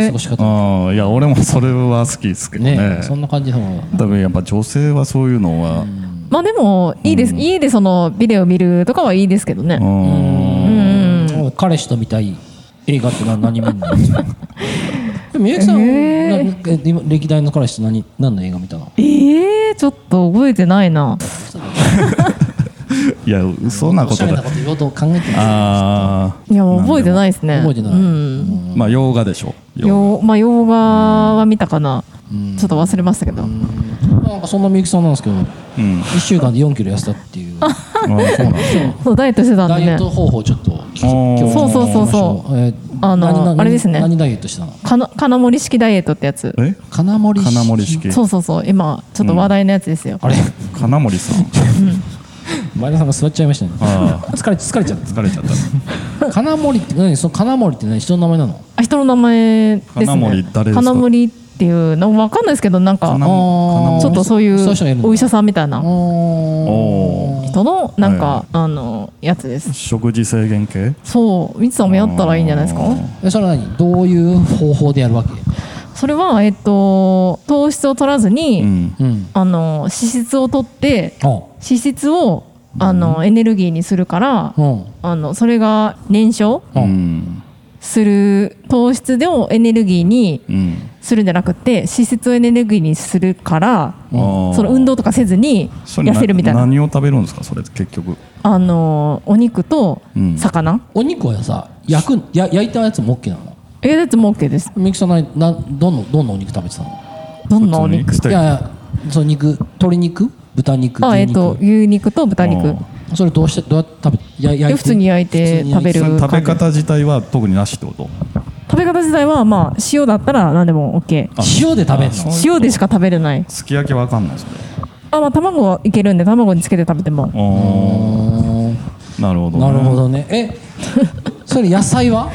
[SPEAKER 6] え
[SPEAKER 2] ごし方
[SPEAKER 5] ああいや俺もそれは好きですけど
[SPEAKER 2] ね
[SPEAKER 5] ね
[SPEAKER 2] そんな感じだもん
[SPEAKER 5] 多分やっぱ女性はそういうのは
[SPEAKER 6] まあでもいいです家でそのビデオ見るとかはいいですけどね
[SPEAKER 5] うん
[SPEAKER 2] うん彼氏と見たい映画ってな何見るのでもみゆきさん、
[SPEAKER 6] え
[SPEAKER 2] なえ今歴代の彼氏と何何の映画見たの
[SPEAKER 6] ええちょっと覚えてないない
[SPEAKER 5] や嘘な
[SPEAKER 2] お
[SPEAKER 5] こ
[SPEAKER 2] しゃ
[SPEAKER 5] と
[SPEAKER 2] れな
[SPEAKER 5] だ
[SPEAKER 2] こといろいろと考えてます
[SPEAKER 5] ああ
[SPEAKER 6] いや覚えてないですね
[SPEAKER 2] 覚えてない
[SPEAKER 6] うん
[SPEAKER 5] まあ洋画でしょ
[SPEAKER 6] ようまあ洋画は見たかなちょっと忘れましたけど
[SPEAKER 2] なんかそんなみゆきさんなんですけど
[SPEAKER 5] うん
[SPEAKER 2] 1週間で4キロ痩せたっていう
[SPEAKER 5] あそうなんだ
[SPEAKER 6] そうダイエットしてたん
[SPEAKER 2] ダ
[SPEAKER 6] で
[SPEAKER 2] イエッ
[SPEAKER 6] ね
[SPEAKER 2] ト方法をちょっと聞き今日
[SPEAKER 6] そうそうそう
[SPEAKER 2] 聞き
[SPEAKER 6] そ
[SPEAKER 2] ましょう、えー
[SPEAKER 6] あの
[SPEAKER 2] 何何
[SPEAKER 6] あれですね
[SPEAKER 2] 何ダイエットしたの
[SPEAKER 6] うかな金森式ダイエットってやつ
[SPEAKER 5] え
[SPEAKER 2] 金森式
[SPEAKER 5] 金森式
[SPEAKER 6] そうそうそう今ちょっと話題のやつですよ
[SPEAKER 2] あれ
[SPEAKER 5] 金森さん
[SPEAKER 2] 前田さんが座っちゃいましたね
[SPEAKER 5] ああ
[SPEAKER 2] 疲れ疲れちゃっ
[SPEAKER 5] 疲れちゃった
[SPEAKER 2] た金森って何その金森って何人の名前なの
[SPEAKER 6] あ人の名前ですね
[SPEAKER 5] 金森誰ですか
[SPEAKER 6] 金森っていうのわかんないですけどなんか
[SPEAKER 5] 金
[SPEAKER 6] ち
[SPEAKER 5] 森
[SPEAKER 2] あー
[SPEAKER 6] ょっとそうい
[SPEAKER 2] そういう人がいるん
[SPEAKER 6] う
[SPEAKER 2] だ
[SPEAKER 6] お医者さんみたいな
[SPEAKER 5] お
[SPEAKER 6] 人のなんか、
[SPEAKER 5] は
[SPEAKER 6] あのやつです
[SPEAKER 5] 食事制限系
[SPEAKER 6] そうミツさんもやったらいいんじゃないですか
[SPEAKER 2] えそれは何どういう方法でやるわけ
[SPEAKER 6] それはえっと糖質を取らずに、
[SPEAKER 5] うん
[SPEAKER 2] うん
[SPEAKER 6] あの脂質を取って
[SPEAKER 2] あ
[SPEAKER 6] 脂質をあの、エネルギーにするから、
[SPEAKER 2] うん
[SPEAKER 6] あのそれが燃焼
[SPEAKER 5] うん
[SPEAKER 6] する糖質をエネルギーに
[SPEAKER 5] うん
[SPEAKER 6] するんじゃなくて脂質をエネルギーにするから
[SPEAKER 5] あー
[SPEAKER 6] その運動とかせずに
[SPEAKER 5] それ
[SPEAKER 6] 痩せるみたいな
[SPEAKER 5] 何を食べるんですかそれ結局
[SPEAKER 6] あのお肉と
[SPEAKER 5] うん
[SPEAKER 6] 魚、
[SPEAKER 2] お肉はさ焼くや焼いたやつも OK なの
[SPEAKER 6] えだっても OK です
[SPEAKER 2] みゆきさん何などんなどんなお肉食べてたの
[SPEAKER 6] どんなお肉
[SPEAKER 5] 普通
[SPEAKER 2] い
[SPEAKER 5] に
[SPEAKER 2] やいやその肉鶏肉豚肉
[SPEAKER 6] あ
[SPEAKER 2] 牛
[SPEAKER 6] えっ
[SPEAKER 2] 肉、
[SPEAKER 6] と牛肉と豚肉
[SPEAKER 5] あ
[SPEAKER 2] それどうしてどうやって食べや焼いて
[SPEAKER 6] 普通に焼いて食べ
[SPEAKER 5] そ
[SPEAKER 6] る
[SPEAKER 5] れ食べ方自体は特になしってこと
[SPEAKER 6] 食べ方自体はまあ塩だったら何でも OK
[SPEAKER 2] 塩で食べる
[SPEAKER 5] あそう
[SPEAKER 2] の
[SPEAKER 6] 塩でしか食べれない
[SPEAKER 5] すき焼きわかんないそれ
[SPEAKER 6] あまあ卵はいけるんで卵につけて食べても
[SPEAKER 5] ああなるほどね
[SPEAKER 2] なるほどねえそれ野菜は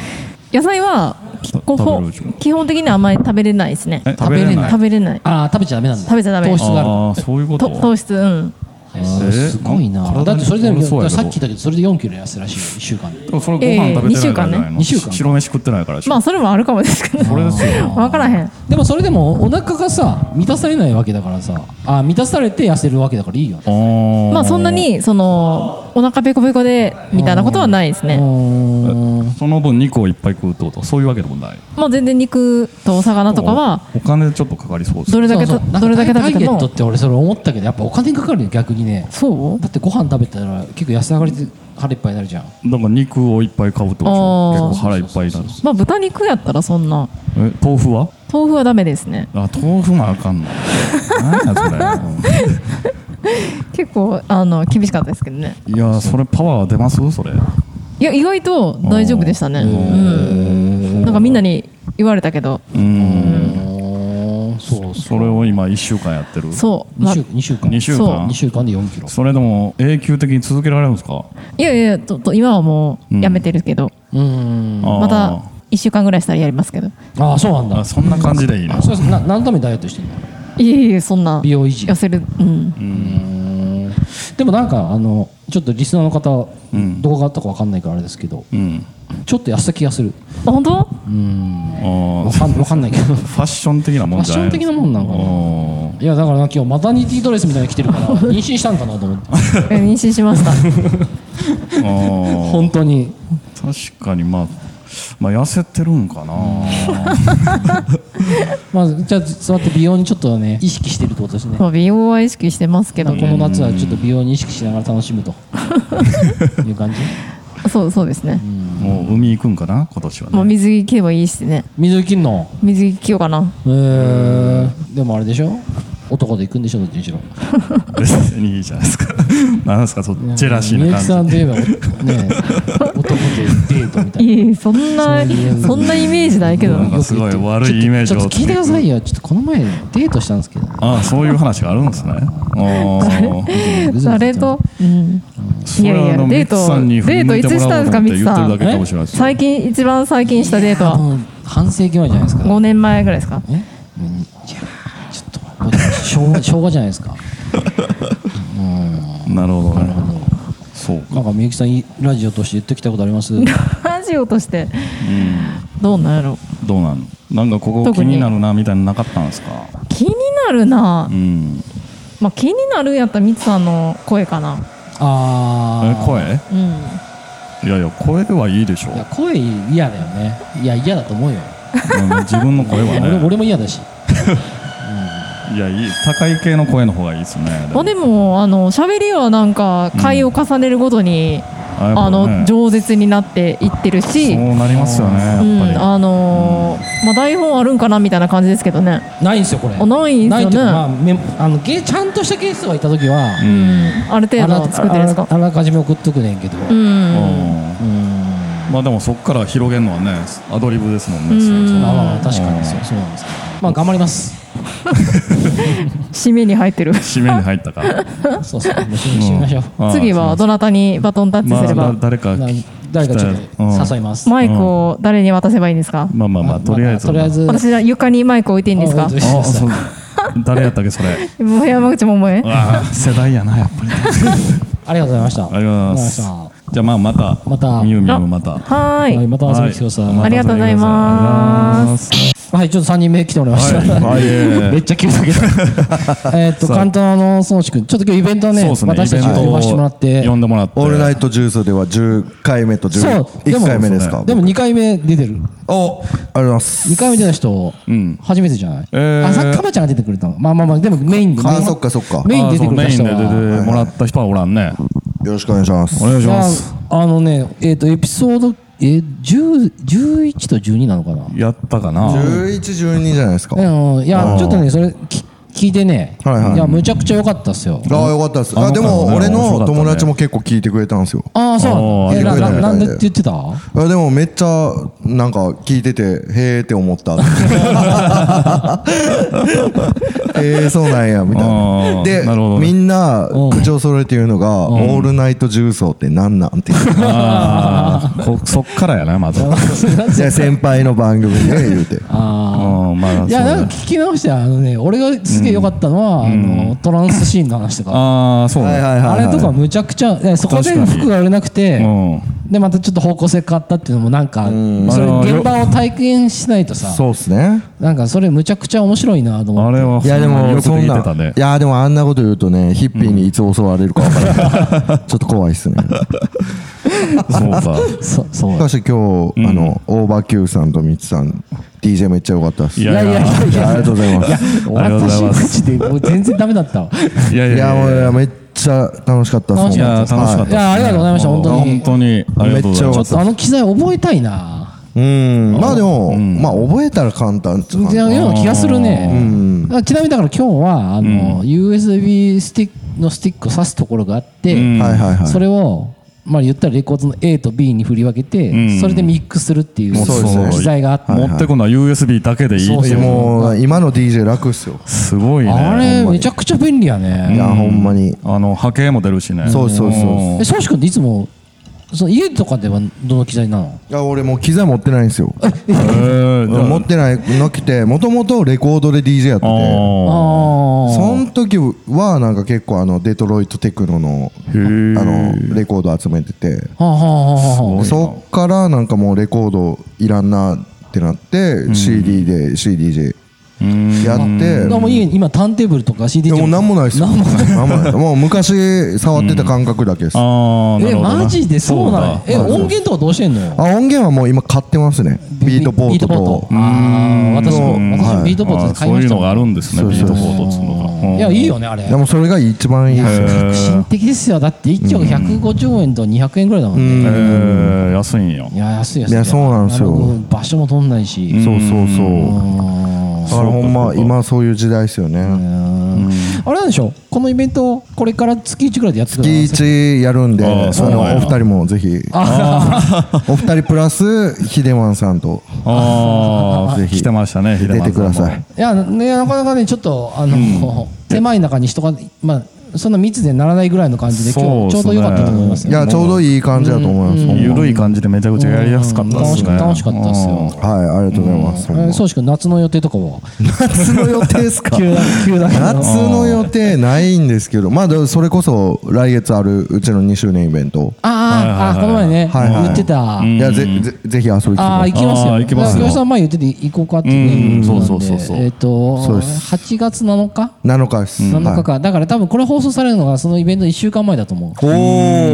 [SPEAKER 6] 野菜はき
[SPEAKER 5] た
[SPEAKER 6] ここ
[SPEAKER 5] 食べるでしょ
[SPEAKER 6] 基本的にはあんまり食べれないですね
[SPEAKER 5] え食べれない
[SPEAKER 6] 食べれない
[SPEAKER 2] ああ食べちゃダメなんだ
[SPEAKER 6] 食べちゃダメ
[SPEAKER 2] 糖質がある
[SPEAKER 5] ああそういうこと
[SPEAKER 6] と糖質うん
[SPEAKER 2] あーすごい
[SPEAKER 5] 体
[SPEAKER 2] な
[SPEAKER 5] に
[SPEAKER 2] だってそれで
[SPEAKER 5] 俺そうやけど
[SPEAKER 2] さっき聞いたけどそれで4キロ痩せらしいよ1週間で
[SPEAKER 5] でもそれご
[SPEAKER 6] え
[SPEAKER 5] 飯
[SPEAKER 6] え
[SPEAKER 5] 食べてないからじゃないの
[SPEAKER 2] 二週間ね
[SPEAKER 5] 白飯食ってないからでしょ
[SPEAKER 6] まあそれもあるかもですけど
[SPEAKER 5] それですよ
[SPEAKER 6] 分からへん
[SPEAKER 2] でもそれでもお腹がさ満たされないわけだからさあー満たされて痩せるわけだからいいよね
[SPEAKER 6] ま
[SPEAKER 5] ま
[SPEAKER 6] あそんなにそのお腹ペコペコでみたいなことはないです
[SPEAKER 2] う
[SPEAKER 6] ね
[SPEAKER 2] ーん
[SPEAKER 5] その分肉をいっぱい食うってことそういうわけでもない
[SPEAKER 6] まあ全然肉とお魚とかは
[SPEAKER 5] お金ちょっとかかりそうです
[SPEAKER 6] どれだけ
[SPEAKER 2] そう
[SPEAKER 6] た
[SPEAKER 2] そうなんか
[SPEAKER 6] どれだけ食べ
[SPEAKER 2] ダイ
[SPEAKER 6] て
[SPEAKER 2] エット
[SPEAKER 6] も
[SPEAKER 2] って俺それ思ったけどやっぱお金かかるよ逆にね
[SPEAKER 6] そう
[SPEAKER 2] だってご飯食べたら結構痩せ上がりで腹いっぱいになるじゃん
[SPEAKER 5] なんか肉をいっぱい買うってことでしょ
[SPEAKER 6] あー
[SPEAKER 5] 結構腹いっぱいになる
[SPEAKER 6] まあ豚肉やったらそんな
[SPEAKER 5] え豆腐は
[SPEAKER 6] 豆腐はダメですね
[SPEAKER 5] あ豆腐もあかんの何やそれ
[SPEAKER 6] 結構あの厳しかったですけどね
[SPEAKER 5] いやそれパワー出ますそれ
[SPEAKER 6] いや意外と大丈夫でしたねうんなんかみんなに言われたけど
[SPEAKER 5] うん
[SPEAKER 2] おーそう
[SPEAKER 5] それを今1週間やってる
[SPEAKER 6] そう、
[SPEAKER 2] 2
[SPEAKER 6] まあ、
[SPEAKER 2] 週
[SPEAKER 6] い
[SPEAKER 2] 2週間
[SPEAKER 5] 2週
[SPEAKER 6] そう
[SPEAKER 5] 間
[SPEAKER 2] 2週間で4キロ
[SPEAKER 5] それでも永久的に続けられるんですか
[SPEAKER 6] やいやとと今はもうやめてるけど、
[SPEAKER 2] うーん
[SPEAKER 5] あー
[SPEAKER 6] また1週間ぐらいしたらやりますけど
[SPEAKER 2] ああそうなんだ
[SPEAKER 5] あそんな感じでいいの
[SPEAKER 2] それな何のためにダイエットしてんの
[SPEAKER 6] いえいえそんな
[SPEAKER 2] 美容維持
[SPEAKER 6] 痩せるうん
[SPEAKER 2] でもなんかあのちょっとリスナーの方、
[SPEAKER 5] うん
[SPEAKER 2] 動画があったかわかんないからあれですけど
[SPEAKER 5] うん
[SPEAKER 2] ちょっと痩せた気がする
[SPEAKER 6] あ本当
[SPEAKER 5] あ
[SPEAKER 2] わ
[SPEAKER 5] ー
[SPEAKER 2] かんわかんないけどフ
[SPEAKER 5] ファッション的なも
[SPEAKER 2] ァ
[SPEAKER 5] ん
[SPEAKER 2] ッ
[SPEAKER 5] じ
[SPEAKER 2] シ
[SPEAKER 5] ゃな
[SPEAKER 2] ョ
[SPEAKER 5] い
[SPEAKER 2] ン的なもんなのかな
[SPEAKER 5] も
[SPEAKER 2] いやだからな今日マタニティドレスみたいなの着てるから妊娠したんかなと思って
[SPEAKER 6] え妊娠しました
[SPEAKER 2] 本当に
[SPEAKER 5] 確かにまあまあ痩せてるんかな
[SPEAKER 2] まあじゃあ座って美容にちょっとね意識してるってことですね
[SPEAKER 6] まあ美容は意識してますけ
[SPEAKER 2] な
[SPEAKER 6] ど
[SPEAKER 2] んかこの夏はちょっと美容に意識しながら楽しむ
[SPEAKER 5] [LAUGHS]
[SPEAKER 2] という感じ
[SPEAKER 6] そうそうですね、
[SPEAKER 5] もう海行くんかな今年は
[SPEAKER 6] まあ、
[SPEAKER 5] ね
[SPEAKER 6] 水着着ればいいしね
[SPEAKER 2] 水着着んの
[SPEAKER 6] 水着着ようかな
[SPEAKER 2] えー、でもあれでしょ男で行くんでしょどっちにしろ
[SPEAKER 5] 別にいいじゃないですか [LAUGHS] なんですかそジェラシー
[SPEAKER 2] みゆ
[SPEAKER 5] な
[SPEAKER 2] きさ
[SPEAKER 5] 感
[SPEAKER 2] ん
[SPEAKER 5] じ
[SPEAKER 2] といえばおね
[SPEAKER 5] [LAUGHS]
[SPEAKER 2] 男でデートみたいない
[SPEAKER 6] えそんなそんなイメージないけど
[SPEAKER 5] なんかすごい悪いイメージ
[SPEAKER 2] ち
[SPEAKER 5] を
[SPEAKER 2] ょっと聞いてくださいよちょっとこの前デートしたんですけど
[SPEAKER 5] ああそういう話があるんですねああ
[SPEAKER 6] 誰と、うん、
[SPEAKER 5] そ
[SPEAKER 6] いやい
[SPEAKER 5] れはあ
[SPEAKER 6] や
[SPEAKER 5] の
[SPEAKER 6] デート
[SPEAKER 5] ミツさんに
[SPEAKER 6] デートいつしたんですかミ
[SPEAKER 5] ミツ
[SPEAKER 6] ツさ
[SPEAKER 5] さん言ってるだけか
[SPEAKER 6] ん
[SPEAKER 5] もしれないです
[SPEAKER 6] 最近一番最近したデートは
[SPEAKER 2] もう半世紀前じゃないですか
[SPEAKER 6] 5年前ぐらいですか
[SPEAKER 2] えうんいやちょっと覚えてない昭和昭和じゃないですか
[SPEAKER 5] なるほどねそうか
[SPEAKER 2] なんかみゆきさんいラジオとして言ってきたことあります
[SPEAKER 6] ラジオとしてどうなんやろ
[SPEAKER 5] どうなのなんかここ
[SPEAKER 6] 特
[SPEAKER 5] 気
[SPEAKER 6] に
[SPEAKER 5] になるなみたいなのなかったんですか
[SPEAKER 6] 気になるな、
[SPEAKER 5] うん
[SPEAKER 6] まあ、気になるんやったらミツさんの声かな
[SPEAKER 2] あ
[SPEAKER 5] え
[SPEAKER 2] あ
[SPEAKER 5] 声
[SPEAKER 6] うん
[SPEAKER 5] いやいや声はいいでしょ
[SPEAKER 2] いや声嫌だよねいや嫌だと思うよ
[SPEAKER 5] うん自分の声
[SPEAKER 6] [LAUGHS]
[SPEAKER 5] は
[SPEAKER 2] 俺
[SPEAKER 5] ね
[SPEAKER 2] 俺も嫌だし
[SPEAKER 5] いやいい高い系の声の方がいいですね
[SPEAKER 6] まあ、でもあの喋りはなんか回を重ねるごとに、
[SPEAKER 5] あやっぱ
[SPEAKER 6] あの
[SPEAKER 5] ね
[SPEAKER 6] 饒舌になっていってるし
[SPEAKER 5] そうなりますよねやっぱ
[SPEAKER 6] う
[SPEAKER 5] り、
[SPEAKER 6] んあのーまあ、台本あるんかなみたいな感じですけどね、
[SPEAKER 2] ないんですよこれ
[SPEAKER 6] あないんです
[SPEAKER 2] ないっ
[SPEAKER 6] よね
[SPEAKER 2] ていうかまあメモあのゲちゃんとしたケースはいた時は、
[SPEAKER 5] うん
[SPEAKER 6] ある程
[SPEAKER 2] あら
[SPEAKER 6] 度作ってるんですか
[SPEAKER 2] あらあらかじめ送っとくねんけど、
[SPEAKER 6] う
[SPEAKER 5] うん
[SPEAKER 6] ん
[SPEAKER 5] まあでもそこから広げるのはねアドリブですもんね、そう
[SPEAKER 2] まあまあまあ確かにそう
[SPEAKER 5] うん
[SPEAKER 2] そうなんですけどまあ頑張ります
[SPEAKER 6] 締めに入ってる
[SPEAKER 5] 締めに入ったから
[SPEAKER 2] そうそうもうししましょう、
[SPEAKER 5] ああ
[SPEAKER 6] 次はどなたにバトンタッチ
[SPEAKER 5] まあ
[SPEAKER 6] すれば、
[SPEAKER 5] だ誰か
[SPEAKER 2] な誰かちょっと誘います、
[SPEAKER 6] マイクを誰に渡せばいいんですか、
[SPEAKER 5] まあまあまあとりあえず
[SPEAKER 2] とりあえず
[SPEAKER 6] 私は床にマイク置いていいんです
[SPEAKER 2] あ
[SPEAKER 6] か
[SPEAKER 2] 本当
[SPEAKER 5] あそう誰やったっけ
[SPEAKER 2] [LAUGHS]
[SPEAKER 5] それ
[SPEAKER 6] もう山口百恵
[SPEAKER 5] ああ世代やなやっぱり
[SPEAKER 2] ありがとうございました
[SPEAKER 5] ありがとうございま
[SPEAKER 2] あ
[SPEAKER 5] す
[SPEAKER 2] りがとうございま
[SPEAKER 5] じゃあまあまた
[SPEAKER 2] また
[SPEAKER 5] みゆみゆもまた
[SPEAKER 6] はー
[SPEAKER 2] はいい、また遊びに来てください、
[SPEAKER 5] は
[SPEAKER 6] ありがとうございます
[SPEAKER 2] はい、ちょっと3人目来てもらいました。
[SPEAKER 5] はいはいええ
[SPEAKER 2] めっちゃ急だけ
[SPEAKER 5] [LAUGHS]
[SPEAKER 2] ど。えーっと、
[SPEAKER 5] さあ
[SPEAKER 2] 関東の孫子くん、ちょっと今日イベントね、
[SPEAKER 5] そうですね
[SPEAKER 2] 私たち
[SPEAKER 5] イベント
[SPEAKER 2] 呼ばせてもらって、
[SPEAKER 5] 呼んでもらって
[SPEAKER 7] オールナイトジュースでは10回目と
[SPEAKER 2] そうで
[SPEAKER 7] 11
[SPEAKER 2] も
[SPEAKER 7] 回目ですか
[SPEAKER 2] でも2回目出てる。
[SPEAKER 7] おありがとうございます
[SPEAKER 2] 2回目出た人、初めてじゃない、
[SPEAKER 5] えー
[SPEAKER 2] あ、さっきかまちゃんが出てくれたの。まあまあまあ、でもメインでね。
[SPEAKER 7] あそっかそっか
[SPEAKER 2] メインで出てくれ
[SPEAKER 5] メ
[SPEAKER 2] た
[SPEAKER 5] イン
[SPEAKER 2] 人
[SPEAKER 5] で出て
[SPEAKER 2] は。
[SPEAKER 5] もらった人はおらんね
[SPEAKER 7] よろしくお願いします
[SPEAKER 5] お願いします
[SPEAKER 2] ああのね、えーっと、エピソード、えー、10 11と12なのかな
[SPEAKER 5] やったか [LAUGHS] な
[SPEAKER 7] 1112じゃないですか
[SPEAKER 2] あのいや、ちょっとね、それき聞いてね、
[SPEAKER 7] はいはい
[SPEAKER 2] や、むちゃくちゃ良かったっすよ。
[SPEAKER 7] ああよかったです
[SPEAKER 5] あ
[SPEAKER 7] あでも
[SPEAKER 5] 面白かった
[SPEAKER 7] 俺
[SPEAKER 5] ね
[SPEAKER 7] の友達も結構聞いてくれたんですよ
[SPEAKER 2] ああ、そ
[SPEAKER 5] あ
[SPEAKER 2] う。
[SPEAKER 5] ー
[SPEAKER 2] えな
[SPEAKER 7] ありが
[SPEAKER 2] な
[SPEAKER 7] たい
[SPEAKER 2] なんでって言ってた [LAUGHS]
[SPEAKER 7] あでもめっちゃなんか聞いててへーって思った [LAUGHS] えーそうなんやみたい
[SPEAKER 5] あー
[SPEAKER 7] なで
[SPEAKER 5] なるほどね
[SPEAKER 7] みんな口を揃えて言うのが「オールナイト重曹ってなんなん?」って言う
[SPEAKER 5] ああこそっからやなまず
[SPEAKER 7] で先輩の番組で言うて
[SPEAKER 5] うんまあ
[SPEAKER 2] いや、
[SPEAKER 5] そうだ
[SPEAKER 2] なんか聞き直して、あのね、俺がすげえ良かったのは、あの、トランスシーンの話とか。
[SPEAKER 5] [LAUGHS] ああそう
[SPEAKER 7] はいはい
[SPEAKER 5] ね
[SPEAKER 7] はい
[SPEAKER 2] あ
[SPEAKER 7] はい
[SPEAKER 2] れとかむちゃくちゃ、ねそこで
[SPEAKER 5] 確かに
[SPEAKER 2] 服が売れなくて、
[SPEAKER 5] うん
[SPEAKER 2] で、またちょっと方向性変わったっていうのも、なんか、そ
[SPEAKER 5] あの
[SPEAKER 2] れ現場を体験しないとさ、
[SPEAKER 7] そうっすね
[SPEAKER 2] なんかそれむちゃくちゃ面白いなと思
[SPEAKER 5] あ
[SPEAKER 2] って。
[SPEAKER 5] れはい
[SPEAKER 7] やでも
[SPEAKER 5] よく
[SPEAKER 7] そん
[SPEAKER 5] 聞い
[SPEAKER 7] な
[SPEAKER 5] てたね
[SPEAKER 7] いやでもあんなこと言うとねヒッピーにいつ襲われるか分からないちょっと怖いっすね
[SPEAKER 5] そうか
[SPEAKER 2] そそう
[SPEAKER 7] しかし今日あのオーバー Q さんとミツさん DJ めっちゃ良かったっす
[SPEAKER 5] い
[SPEAKER 7] い
[SPEAKER 5] や
[SPEAKER 7] や
[SPEAKER 2] いやいやいやい
[SPEAKER 7] ありが
[SPEAKER 2] や
[SPEAKER 7] とうございま
[SPEAKER 5] あ
[SPEAKER 7] す
[SPEAKER 5] りがとうござい
[SPEAKER 2] 私
[SPEAKER 5] ま
[SPEAKER 2] 口
[SPEAKER 5] す
[SPEAKER 2] でもう全然ダメだったわ
[SPEAKER 5] [LAUGHS] いやいや
[SPEAKER 7] いやもういや
[SPEAKER 5] い
[SPEAKER 7] めっちゃ楽しかったっすもん
[SPEAKER 2] 楽し
[SPEAKER 5] や
[SPEAKER 2] か
[SPEAKER 5] 楽しかった
[SPEAKER 2] いやありがとうございました本当に
[SPEAKER 5] 本当にありがとうござい
[SPEAKER 7] め
[SPEAKER 5] ま
[SPEAKER 7] っ
[SPEAKER 5] す
[SPEAKER 7] ち
[SPEAKER 2] あの機材覚えたいな
[SPEAKER 7] うんまあでもまあ覚えたら簡単っつう
[SPEAKER 2] 全
[SPEAKER 7] か
[SPEAKER 2] 然ような気がするね、あちなみにだから今日はあの、USB スティックのスティックを挿すところがあって、
[SPEAKER 5] うん
[SPEAKER 7] はいはいはい
[SPEAKER 2] それをまあ言ったらレコードの A と B に振り分けて、
[SPEAKER 5] うん
[SPEAKER 2] それでミックスするっていう
[SPEAKER 5] そうですね
[SPEAKER 2] 機材があって、
[SPEAKER 5] 持ってくのは USB だけでいいって
[SPEAKER 7] い
[SPEAKER 5] い
[SPEAKER 7] や
[SPEAKER 5] う
[SPEAKER 7] もう今の DJ 楽っすよ
[SPEAKER 5] すごいね
[SPEAKER 2] あれめちゃくちゃ便利や
[SPEAKER 7] い
[SPEAKER 2] ね
[SPEAKER 7] やほんまに
[SPEAKER 5] あの波形も出るしね
[SPEAKER 7] そうそうそう
[SPEAKER 5] うん
[SPEAKER 2] え宗志君っていつもその家とかではどの機材なの
[SPEAKER 7] いや俺もう機材持ってないんですよ
[SPEAKER 5] え
[SPEAKER 7] うん持ってないなくてもともとレコードで DJ やってて
[SPEAKER 5] あ
[SPEAKER 7] そ
[SPEAKER 2] あ
[SPEAKER 7] の時はなんか結構あのデトロイトテクノのあ
[SPEAKER 5] ー
[SPEAKER 7] のレコード集めてて
[SPEAKER 2] あはあはあはあはあ
[SPEAKER 7] そっからなんかもうレコードいらんなってなって CD で CDJ やっ
[SPEAKER 2] だ
[SPEAKER 7] て
[SPEAKER 2] からもう家に今ターンテーブルとか CD
[SPEAKER 7] いやもうなんもないですよ
[SPEAKER 2] なんも
[SPEAKER 7] なんもないもう昔触ってた感覚だけですあ
[SPEAKER 5] あーな
[SPEAKER 2] え
[SPEAKER 5] るほどな
[SPEAKER 2] マジでそうなのえ音源とかどうしてんのよ
[SPEAKER 7] 音源はもう今買ってますねビートポート
[SPEAKER 2] ビート
[SPEAKER 7] と
[SPEAKER 2] ポートああ私も
[SPEAKER 7] の
[SPEAKER 2] 私もビートポートで買い
[SPEAKER 5] あそう
[SPEAKER 2] ま
[SPEAKER 5] い
[SPEAKER 2] し
[SPEAKER 5] う
[SPEAKER 2] た
[SPEAKER 5] の
[SPEAKER 2] もん
[SPEAKER 5] があるんですねビートボードっつうのがうん
[SPEAKER 2] いやいいよねあれ
[SPEAKER 7] でもそれが一番いいですよ
[SPEAKER 5] へー
[SPEAKER 2] 革新的ですよだって1曲150円と200円ぐらいだもんね
[SPEAKER 5] えー安いんや
[SPEAKER 2] いや安い安
[SPEAKER 7] いやそうなんですよ
[SPEAKER 2] あの場所も取んないし
[SPEAKER 7] そうそうそう
[SPEAKER 2] うん
[SPEAKER 7] だからほんま今そういう時代ですよね
[SPEAKER 2] あれなんでしょこのイベントこれから月1ぐらいでやってくる
[SPEAKER 7] 月一やるんで
[SPEAKER 5] あー
[SPEAKER 7] あ
[SPEAKER 5] そう
[SPEAKER 7] の
[SPEAKER 5] なんや
[SPEAKER 7] お二人もぜひ [LAUGHS] お二人プラスヒデマンさんと
[SPEAKER 5] ああ
[SPEAKER 7] ぜひ
[SPEAKER 5] 来てましたね
[SPEAKER 7] 出てください
[SPEAKER 2] いやねなかなかねちょっとあの、 [LAUGHS] 狭い中に人がまあそんな密でならないぐらいの感じで今日ち
[SPEAKER 5] そ
[SPEAKER 2] ょうど
[SPEAKER 5] うっすね
[SPEAKER 2] 良かったと思います
[SPEAKER 7] い
[SPEAKER 2] よ
[SPEAKER 7] やちょうどいい感じだと思
[SPEAKER 5] [LAUGHS]
[SPEAKER 7] います
[SPEAKER 5] ゆるい感じでめちゃくちゃやりやすかったですね
[SPEAKER 2] うん楽しかったですよ
[SPEAKER 7] はいありがとうございますほん
[SPEAKER 2] えー
[SPEAKER 7] ま
[SPEAKER 2] そうしくん夏の予定とかは
[SPEAKER 7] 夏の予定ですか
[SPEAKER 2] [LAUGHS] 急だ急だけど
[SPEAKER 7] 夏の予定ないんですけどまあでもそれこそ来月あるうちの2周年イベント
[SPEAKER 2] あーあーこの前ね
[SPEAKER 7] はいはい
[SPEAKER 2] 言ってた
[SPEAKER 7] いやぜぜぜひ遊びに来ても
[SPEAKER 2] あ
[SPEAKER 7] ら
[SPEAKER 2] あ行
[SPEAKER 7] って
[SPEAKER 2] きますよ。
[SPEAKER 5] あー行きますよ
[SPEAKER 2] 吉田さん前言ってて行こうかって
[SPEAKER 5] うん
[SPEAKER 2] ね。
[SPEAKER 5] うんそうそうそうそう
[SPEAKER 2] えっと
[SPEAKER 7] そうです
[SPEAKER 2] 8月7日
[SPEAKER 7] 7日です
[SPEAKER 2] 7日
[SPEAKER 7] は
[SPEAKER 2] かだから多分これ放送されるのがそのイベント1週間前だと思う。
[SPEAKER 7] い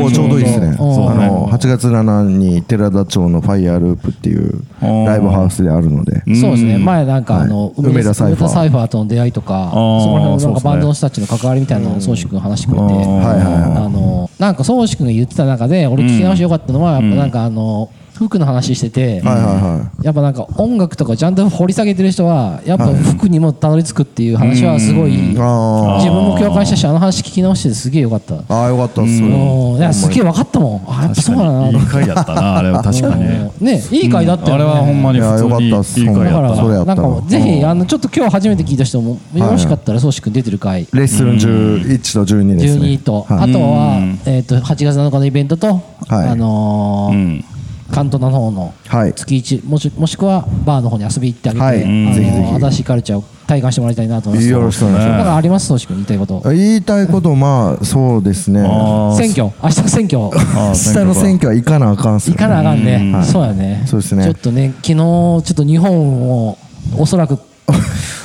[SPEAKER 7] おおちょうどいいですねあ
[SPEAKER 2] そう
[SPEAKER 5] ね
[SPEAKER 7] の8月7日に寺田町のファイヤーループっていうライブハウスであるので
[SPEAKER 2] そうですね前なんかあの
[SPEAKER 7] はい梅田サイファー
[SPEAKER 2] 梅田サイファーとの出会いとかそ
[SPEAKER 5] ー
[SPEAKER 2] こら辺のなん
[SPEAKER 5] そうで
[SPEAKER 2] か
[SPEAKER 5] すね
[SPEAKER 2] バンドの人たちの関わりみたいなのを宗志君話してくれて
[SPEAKER 5] うんはい
[SPEAKER 7] はい
[SPEAKER 2] あのなんか宗志君が言ってた中で俺聞き直してよかったのはやっぱなんかあの服の話してて
[SPEAKER 7] はいはいは
[SPEAKER 2] やっぱなんか音楽とかちゃんと掘り下げてる人はやっぱ服にもたどり着くっていう話はすごい
[SPEAKER 7] いあ
[SPEAKER 2] 自分も共感したしあの話聞き直してすげえよかった
[SPEAKER 7] ーあーよかったっす
[SPEAKER 2] もういやすげえ分かったもんあやっぱそうだな
[SPEAKER 5] うんいい回やったなあ
[SPEAKER 2] [LAUGHS]
[SPEAKER 5] れは確かに
[SPEAKER 2] もうねいい回だったよね
[SPEAKER 5] あれはほんま
[SPEAKER 7] い
[SPEAKER 5] に
[SPEAKER 7] やよかったっ
[SPEAKER 5] 普通
[SPEAKER 7] す
[SPEAKER 5] にいい
[SPEAKER 7] ほん
[SPEAKER 5] 回
[SPEAKER 2] だか
[SPEAKER 5] や
[SPEAKER 7] ま
[SPEAKER 5] っ
[SPEAKER 7] それや
[SPEAKER 2] ら
[SPEAKER 7] った
[SPEAKER 2] なん
[SPEAKER 7] な
[SPEAKER 2] かぜひあのちょっと今日初めて聞いた人もよろしかったら宗志君出てる回
[SPEAKER 7] レッスン11と12ですね
[SPEAKER 2] 12とあとはえっと8月7日のイベントと
[SPEAKER 7] はい
[SPEAKER 2] あの
[SPEAKER 5] た
[SPEAKER 2] ー
[SPEAKER 5] うん
[SPEAKER 2] 関東の方の
[SPEAKER 7] はい
[SPEAKER 2] 月一もしもしくはバーの方に遊び行ってあげて、
[SPEAKER 7] はい
[SPEAKER 2] あの
[SPEAKER 7] ぜひぜひ
[SPEAKER 2] 新しいカルチャーを体感してもらいたいなと思います
[SPEAKER 7] よろしくお願いします
[SPEAKER 2] だからあります宗志君言いたいこと
[SPEAKER 7] 言いたいことまあそうですね
[SPEAKER 5] あー
[SPEAKER 2] 選挙明日の選挙
[SPEAKER 5] あー
[SPEAKER 7] 下の選挙は行かなあかんっす
[SPEAKER 2] 行
[SPEAKER 7] よね
[SPEAKER 2] かなあかんね、
[SPEAKER 7] はい
[SPEAKER 2] そうやね
[SPEAKER 7] そうですね
[SPEAKER 2] ちょっとね昨日ちょっと日本をおそら
[SPEAKER 7] [LAUGHS]
[SPEAKER 2] く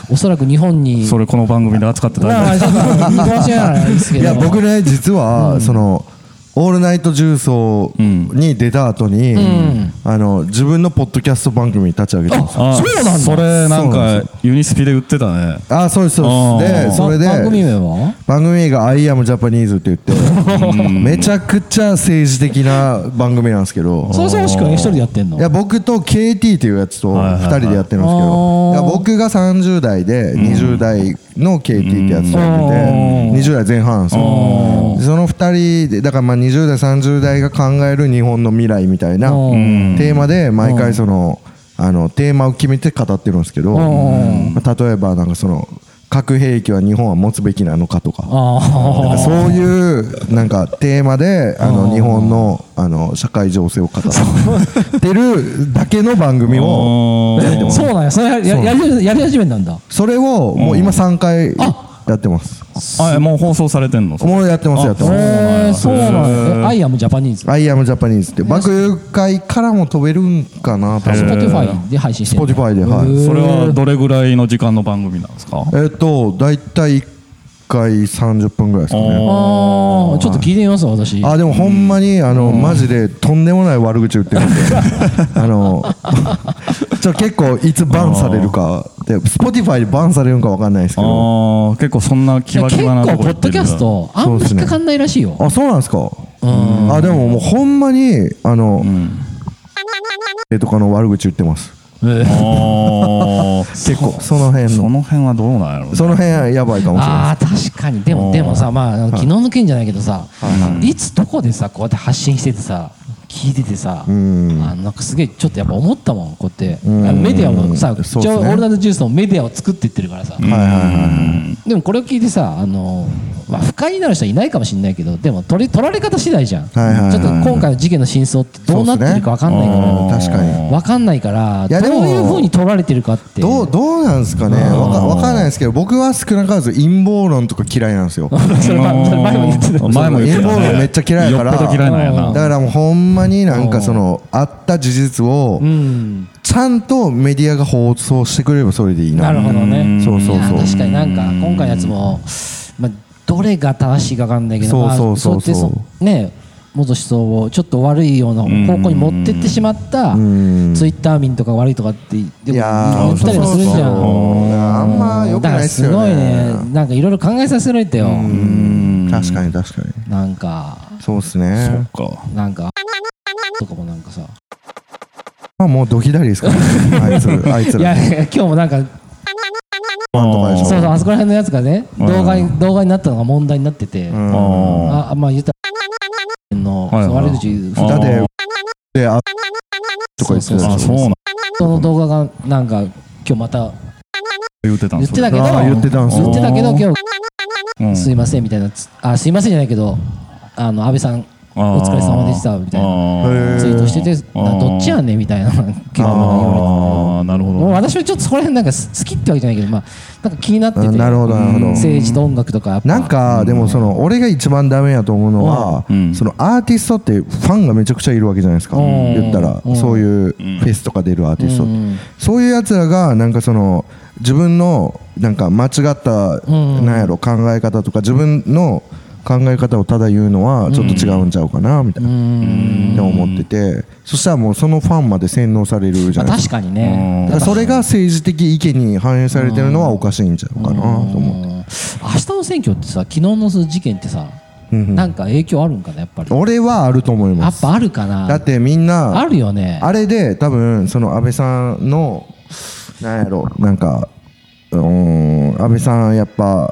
[SPEAKER 2] おそらく日本に
[SPEAKER 5] それこの番組で扱ってたん
[SPEAKER 2] まあまあ
[SPEAKER 5] で
[SPEAKER 2] ちょっと見通しはないですけ
[SPEAKER 7] い
[SPEAKER 2] ど
[SPEAKER 7] や僕ね実はその「オールナイト重曹」に出た後にあの自分のポッドキャスト番組立ち上げてます
[SPEAKER 5] あー
[SPEAKER 2] そうなんだ
[SPEAKER 5] それなん
[SPEAKER 7] そうなん
[SPEAKER 5] かユニスピで売ってたね
[SPEAKER 7] あそうですそうです
[SPEAKER 5] あー
[SPEAKER 7] でそれで
[SPEAKER 2] 番組名は
[SPEAKER 7] 番組名が「I am Japanese」って言ってめちゃくちゃ政治的な番組なんですけど
[SPEAKER 2] それ宗志君一人でやってんの
[SPEAKER 7] いや僕と KT っていうやつと
[SPEAKER 5] はいはいはい
[SPEAKER 7] 2人でやってるんですけ
[SPEAKER 2] あ
[SPEAKER 7] ど
[SPEAKER 2] ー
[SPEAKER 7] いや僕が30代で20代の KT ってやつとやってて20代前半なんですよその2人でだからまあ20代30代が考える日本の未来みたいなテ
[SPEAKER 2] おー
[SPEAKER 7] ーマで毎回そのあのテーマを決めて語ってるんですけど
[SPEAKER 2] お
[SPEAKER 7] まあ例えばなんかその核兵器は日本は持つべきなのかとか
[SPEAKER 2] あ
[SPEAKER 7] なんかそういうなんかテーマであの日本のあの社会情勢を語ってるだけの番組を
[SPEAKER 5] おー
[SPEAKER 2] あそうなんやそれやややりやり始めたんだ
[SPEAKER 7] それをもう今3回やってます
[SPEAKER 5] あえもう放送されてんの
[SPEAKER 7] もうやってますやってます
[SPEAKER 2] へえそうなんやアイアムジャパニーズ
[SPEAKER 7] 「アイアムジャパニーズ」って爆友会からも飛べるんかな多分
[SPEAKER 2] Spotify で配信してる
[SPEAKER 7] Spotify ではい
[SPEAKER 5] それはどれぐらいの時間の番組なんですか
[SPEAKER 7] えっと大体1回30分ぐらいですか
[SPEAKER 2] あ
[SPEAKER 7] ね
[SPEAKER 2] あちょっと聞いてみますわ私
[SPEAKER 7] あでもほんまにあのマジでとんでもない悪口言ってる [LAUGHS] んであのちょ結構いつバンされるかで Spotify でバンされるんかわかんないですけど
[SPEAKER 5] ああ結構そんなキ
[SPEAKER 2] いや
[SPEAKER 5] バ
[SPEAKER 2] 結
[SPEAKER 5] キバな
[SPEAKER 2] 構
[SPEAKER 5] とこ
[SPEAKER 2] ポ
[SPEAKER 5] 行
[SPEAKER 2] ッ
[SPEAKER 5] って
[SPEAKER 2] ド
[SPEAKER 5] る
[SPEAKER 2] キャストあんま引っかかんないらしいよ
[SPEAKER 7] あそうなんですかあでももうほんまにあの、えとかの悪口言ってます
[SPEAKER 5] あー
[SPEAKER 7] 結構その辺
[SPEAKER 5] そ
[SPEAKER 7] の
[SPEAKER 5] の辺はどうなんやろうね
[SPEAKER 7] その辺やばいかもしれない
[SPEAKER 2] ああー確かにでもでもさまああの昨日の件じゃないけどさ、い、つどこでさこうやって発信しててさ聞いててさ、あのなんかすげえちょっとやっぱ思ったもんこうやって、あのメディアもさ、一
[SPEAKER 7] そうです
[SPEAKER 2] 応「
[SPEAKER 7] ね
[SPEAKER 2] オールナイトジュース」のメディアを作っていってるからさ、
[SPEAKER 7] はいはいはい
[SPEAKER 2] でもこれを聞いてさあのまあ、不快になる人はいないかもしれないけどでも取り取られ方次第じゃん、
[SPEAKER 7] はいはいはい
[SPEAKER 2] ちょっと今回の事件の真相ってどうなってるか分かんないから、
[SPEAKER 7] そうっすね確かに
[SPEAKER 2] 分かんないから
[SPEAKER 7] いやで
[SPEAKER 2] ど
[SPEAKER 7] も
[SPEAKER 2] ういうふうに取られてるかって
[SPEAKER 7] どうどうなんですかねわかわかんないですけど僕は少なからず陰謀論とか嫌いなんですよ
[SPEAKER 2] それ [LAUGHS] まそれ前も言ってた
[SPEAKER 5] 前も言ってたね
[SPEAKER 7] 陰謀論めっちゃ嫌いやから
[SPEAKER 5] よっぽど嫌いなんや
[SPEAKER 7] だ
[SPEAKER 5] な
[SPEAKER 7] からもうほんまになんかそのあった事実を
[SPEAKER 2] うん
[SPEAKER 7] ちゃんとメディアが放送してくれればそれでいいな
[SPEAKER 2] なるほどね
[SPEAKER 7] そうそうそう
[SPEAKER 2] いや確かになんか今回のやつも、まあ、どれが正しいか分かんないけど
[SPEAKER 7] そうそうそ
[SPEAKER 2] ま
[SPEAKER 7] うそう
[SPEAKER 2] あやってね元思想をちょっと悪いような方向に持ってってしまった
[SPEAKER 7] ん
[SPEAKER 2] ツイッター民とか悪いとかってでも
[SPEAKER 7] い
[SPEAKER 2] 言
[SPEAKER 7] やー
[SPEAKER 2] ったりもするじゃ
[SPEAKER 7] そうそうそうんあんま良くないっすよね
[SPEAKER 2] だからすごいねなんかいろいろ考えさせられたよ
[SPEAKER 7] 確かに確かに
[SPEAKER 2] なんか
[SPEAKER 7] そうですね
[SPEAKER 5] そっか
[SPEAKER 2] なんかとかもなんか
[SPEAKER 7] [LAUGHS]
[SPEAKER 2] さ
[SPEAKER 7] まあもうドキダリですからねあいつあいつ
[SPEAKER 2] いや
[SPEAKER 7] ら
[SPEAKER 2] いや今日もなんか
[SPEAKER 7] ファンとかでし
[SPEAKER 2] そう
[SPEAKER 7] ょ
[SPEAKER 2] そうあそこら辺のやつがね動画に動画になったのが問題になってて
[SPEAKER 7] うん
[SPEAKER 5] あ
[SPEAKER 2] あまあ言ったらの
[SPEAKER 5] はいはい
[SPEAKER 2] その悪口
[SPEAKER 5] あ
[SPEAKER 7] だってであとか言ってたでしょ
[SPEAKER 5] あそうなん
[SPEAKER 2] その動画がなんか今日また
[SPEAKER 5] 言ってた
[SPEAKER 2] 言
[SPEAKER 5] んで
[SPEAKER 2] っ
[SPEAKER 5] す
[SPEAKER 2] てたけど
[SPEAKER 7] あー言ってたんすよ
[SPEAKER 2] 言ってたけど今
[SPEAKER 5] う
[SPEAKER 2] 日
[SPEAKER 5] ん
[SPEAKER 2] すいませんみたいなつあすいませんじゃないけどあの安倍さんお疲れ様でしたみたいな
[SPEAKER 5] な
[SPEAKER 2] ツイートしててなどっちやねんみたいな結構なんか言わ
[SPEAKER 5] ああなるほ
[SPEAKER 2] れてもう
[SPEAKER 5] ど
[SPEAKER 2] 私はちょっとそこら辺なんか好きってわけじゃないけどまあなんか気になってて
[SPEAKER 7] あなるほどなるほど
[SPEAKER 2] 政治と音楽とかやっぱ
[SPEAKER 7] なんかでもその俺が一番ダメやと思うのは
[SPEAKER 5] うん
[SPEAKER 7] そのアーティストってファンがめちゃくちゃいるわけじゃないですか
[SPEAKER 2] ん
[SPEAKER 7] 言ったらそういうフェスとか出るアーティストってそういうやつらがなんかその自分のなんか間違ったなんやろ考え方とか自分の考え方をただ言うのはちょっと違うんちゃうかなみたいなって思っててそしたらもうそのファンまで洗脳されるじ
[SPEAKER 2] ま
[SPEAKER 7] ゃ
[SPEAKER 2] あ
[SPEAKER 7] ないですか
[SPEAKER 2] 確かにね
[SPEAKER 7] だからそれが政治的意見に反映されてるのはおかしいんちゃうかなと思って。
[SPEAKER 2] 明日の選挙ってさ昨日の事件ってさ
[SPEAKER 7] うんうん
[SPEAKER 2] なんか影響あるんかなやっぱり
[SPEAKER 7] 俺はあると思い
[SPEAKER 2] や
[SPEAKER 7] ま
[SPEAKER 2] っ
[SPEAKER 7] す
[SPEAKER 2] ぱあるかな
[SPEAKER 7] だってみんな
[SPEAKER 2] あるよね
[SPEAKER 7] あれで多分その安倍さんのなんやろなんかうーん安倍さんやっぱ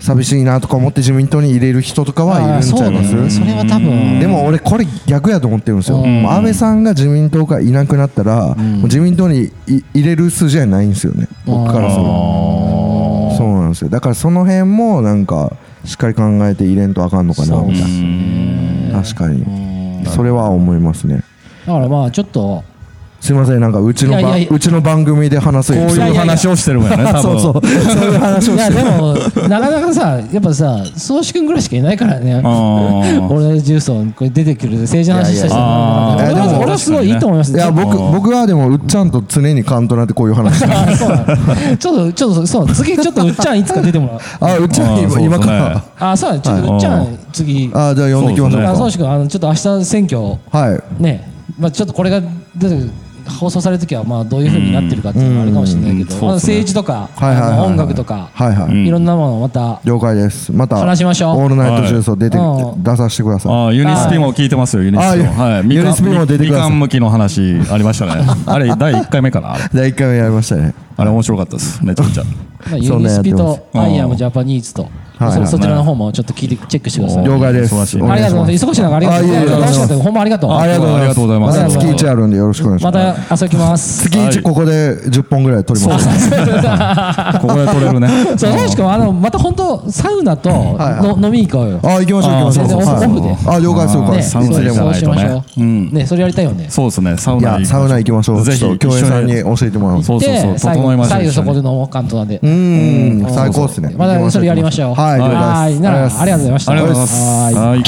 [SPEAKER 7] 寂しいなとか思って自民党に入れる人とかはいるんちゃい
[SPEAKER 2] あーそうだ
[SPEAKER 7] ま
[SPEAKER 2] ね
[SPEAKER 7] す
[SPEAKER 2] それは多分
[SPEAKER 7] でも俺これ逆やと思ってるんですよもう安倍さんが自民党からいなくなったらもう自民党にい入れる筋合いないんですよね僕からするとそうなんですよだからその辺もなんかしっかり考えて入れんとあかんのかなみたいな確かにそれは思いますね
[SPEAKER 2] だからまあちょっと
[SPEAKER 7] すいませんなんかうちのば
[SPEAKER 2] いやいやいや
[SPEAKER 7] うちの番組で話す
[SPEAKER 5] こういう話をしてるもんやね
[SPEAKER 2] [LAUGHS]
[SPEAKER 5] 多分
[SPEAKER 7] そうそうそういう話を
[SPEAKER 2] いや
[SPEAKER 7] して
[SPEAKER 2] でもなかなかさやっぱさ宗志君ぐらいしかいないからね
[SPEAKER 5] あー
[SPEAKER 2] 俺のジューソンこれ出てくる政治の話した人
[SPEAKER 7] いや
[SPEAKER 2] 俺
[SPEAKER 5] や
[SPEAKER 7] いいやで
[SPEAKER 2] は
[SPEAKER 7] も
[SPEAKER 2] 俺はすごいいいと思います
[SPEAKER 7] いや僕僕はでもうっちゃんと常にカントナってこういう話してる
[SPEAKER 2] [LAUGHS] あそうなのちょっとちょっとそう次ちょっとうっちゃんいつか出てもらう
[SPEAKER 7] あうっちゃん
[SPEAKER 5] あーそうです
[SPEAKER 7] 今
[SPEAKER 5] ね
[SPEAKER 7] 今から
[SPEAKER 2] あそうだちょっとうっちゃん次あ
[SPEAKER 7] あじゃあ呼んできまし
[SPEAKER 5] そ
[SPEAKER 7] ょう
[SPEAKER 5] う
[SPEAKER 7] か
[SPEAKER 2] 宗志君あのちょっと明日選挙
[SPEAKER 7] はい
[SPEAKER 2] ねまあちょっとこれが出て放送されるときはまあどういうふうになってるかっていうのはあれかもしれないけど
[SPEAKER 5] うんうん
[SPEAKER 2] まあ政治とか
[SPEAKER 7] はいはいはい
[SPEAKER 2] あの音楽とか
[SPEAKER 7] はいはい、
[SPEAKER 2] いろんなものをまた
[SPEAKER 7] 了解ですまた
[SPEAKER 2] 話しましょう
[SPEAKER 7] オールナイトジュースを出て、
[SPEAKER 2] うん
[SPEAKER 7] 出させてくださ
[SPEAKER 5] あーユニスピも聞いてますよユニスピも
[SPEAKER 7] あ
[SPEAKER 5] はい
[SPEAKER 7] ユニスピも出てくだ
[SPEAKER 5] み
[SPEAKER 7] さい
[SPEAKER 5] かん向きの話ありましたねあれ第1回目かなあれ
[SPEAKER 7] い第1回目やりましたね
[SPEAKER 5] あれ面白かったですめちゃくちゃ
[SPEAKER 2] まあユ
[SPEAKER 7] そん
[SPEAKER 2] ニ
[SPEAKER 7] なや
[SPEAKER 2] ス
[SPEAKER 7] って
[SPEAKER 2] ピ
[SPEAKER 7] ます
[SPEAKER 2] とアイアムジャパニーズと
[SPEAKER 7] はい
[SPEAKER 2] そそちらの方もちょっと聞いてチェックしてください。
[SPEAKER 7] 了解です
[SPEAKER 5] 忙しいね
[SPEAKER 7] お
[SPEAKER 2] あ
[SPEAKER 7] 願
[SPEAKER 2] り
[SPEAKER 7] い
[SPEAKER 2] が
[SPEAKER 7] し
[SPEAKER 2] とうござい
[SPEAKER 7] ま
[SPEAKER 2] ますす。忙しい中ありがとうございます。
[SPEAKER 7] あいえい
[SPEAKER 2] 楽
[SPEAKER 7] え
[SPEAKER 2] しかったですほんまありがとう。
[SPEAKER 7] ありがとうございます
[SPEAKER 5] ありがとうございます
[SPEAKER 7] また月1あるんでよろしくお願いし
[SPEAKER 2] ま
[SPEAKER 7] ます
[SPEAKER 2] た遊びきます。
[SPEAKER 7] 月1ここで10本ぐらい撮ります
[SPEAKER 5] ここで撮れるね
[SPEAKER 2] [LAUGHS] そう、もしくはあのまた本当サウナとの飲み行こうよ。
[SPEAKER 7] あ行きましょう行きましょう
[SPEAKER 2] あーそうそう
[SPEAKER 7] はい
[SPEAKER 2] オフで
[SPEAKER 7] あ了解です了解
[SPEAKER 2] ね、
[SPEAKER 7] で
[SPEAKER 2] そ
[SPEAKER 7] す
[SPEAKER 5] サ
[SPEAKER 2] う
[SPEAKER 5] ウナ
[SPEAKER 7] いつ
[SPEAKER 2] そ
[SPEAKER 7] で
[SPEAKER 2] う
[SPEAKER 5] 行かな
[SPEAKER 7] も
[SPEAKER 5] い
[SPEAKER 2] し
[SPEAKER 5] とね
[SPEAKER 2] ましょ
[SPEAKER 5] う
[SPEAKER 2] う。
[SPEAKER 5] ん
[SPEAKER 2] ね、それやりたいよね。
[SPEAKER 5] そうですねサウ
[SPEAKER 7] い
[SPEAKER 5] ナ
[SPEAKER 7] やサウナ行きましょう
[SPEAKER 5] ぜひ
[SPEAKER 7] ちょっと共演さんに教えてもらいます
[SPEAKER 5] そうそうそう
[SPEAKER 2] で、最
[SPEAKER 5] 整
[SPEAKER 2] 後
[SPEAKER 5] いましょう
[SPEAKER 2] 左右そこで
[SPEAKER 5] 一緒
[SPEAKER 2] 飲
[SPEAKER 5] に
[SPEAKER 2] もう関東なんで
[SPEAKER 7] う。ーん最高ですね
[SPEAKER 2] またそれやりましょう。
[SPEAKER 7] はい了
[SPEAKER 2] は
[SPEAKER 7] 解で
[SPEAKER 2] い。
[SPEAKER 7] す
[SPEAKER 2] ならありがとうございました。
[SPEAKER 5] ありがとうございます
[SPEAKER 2] は
[SPEAKER 5] はい
[SPEAKER 2] い。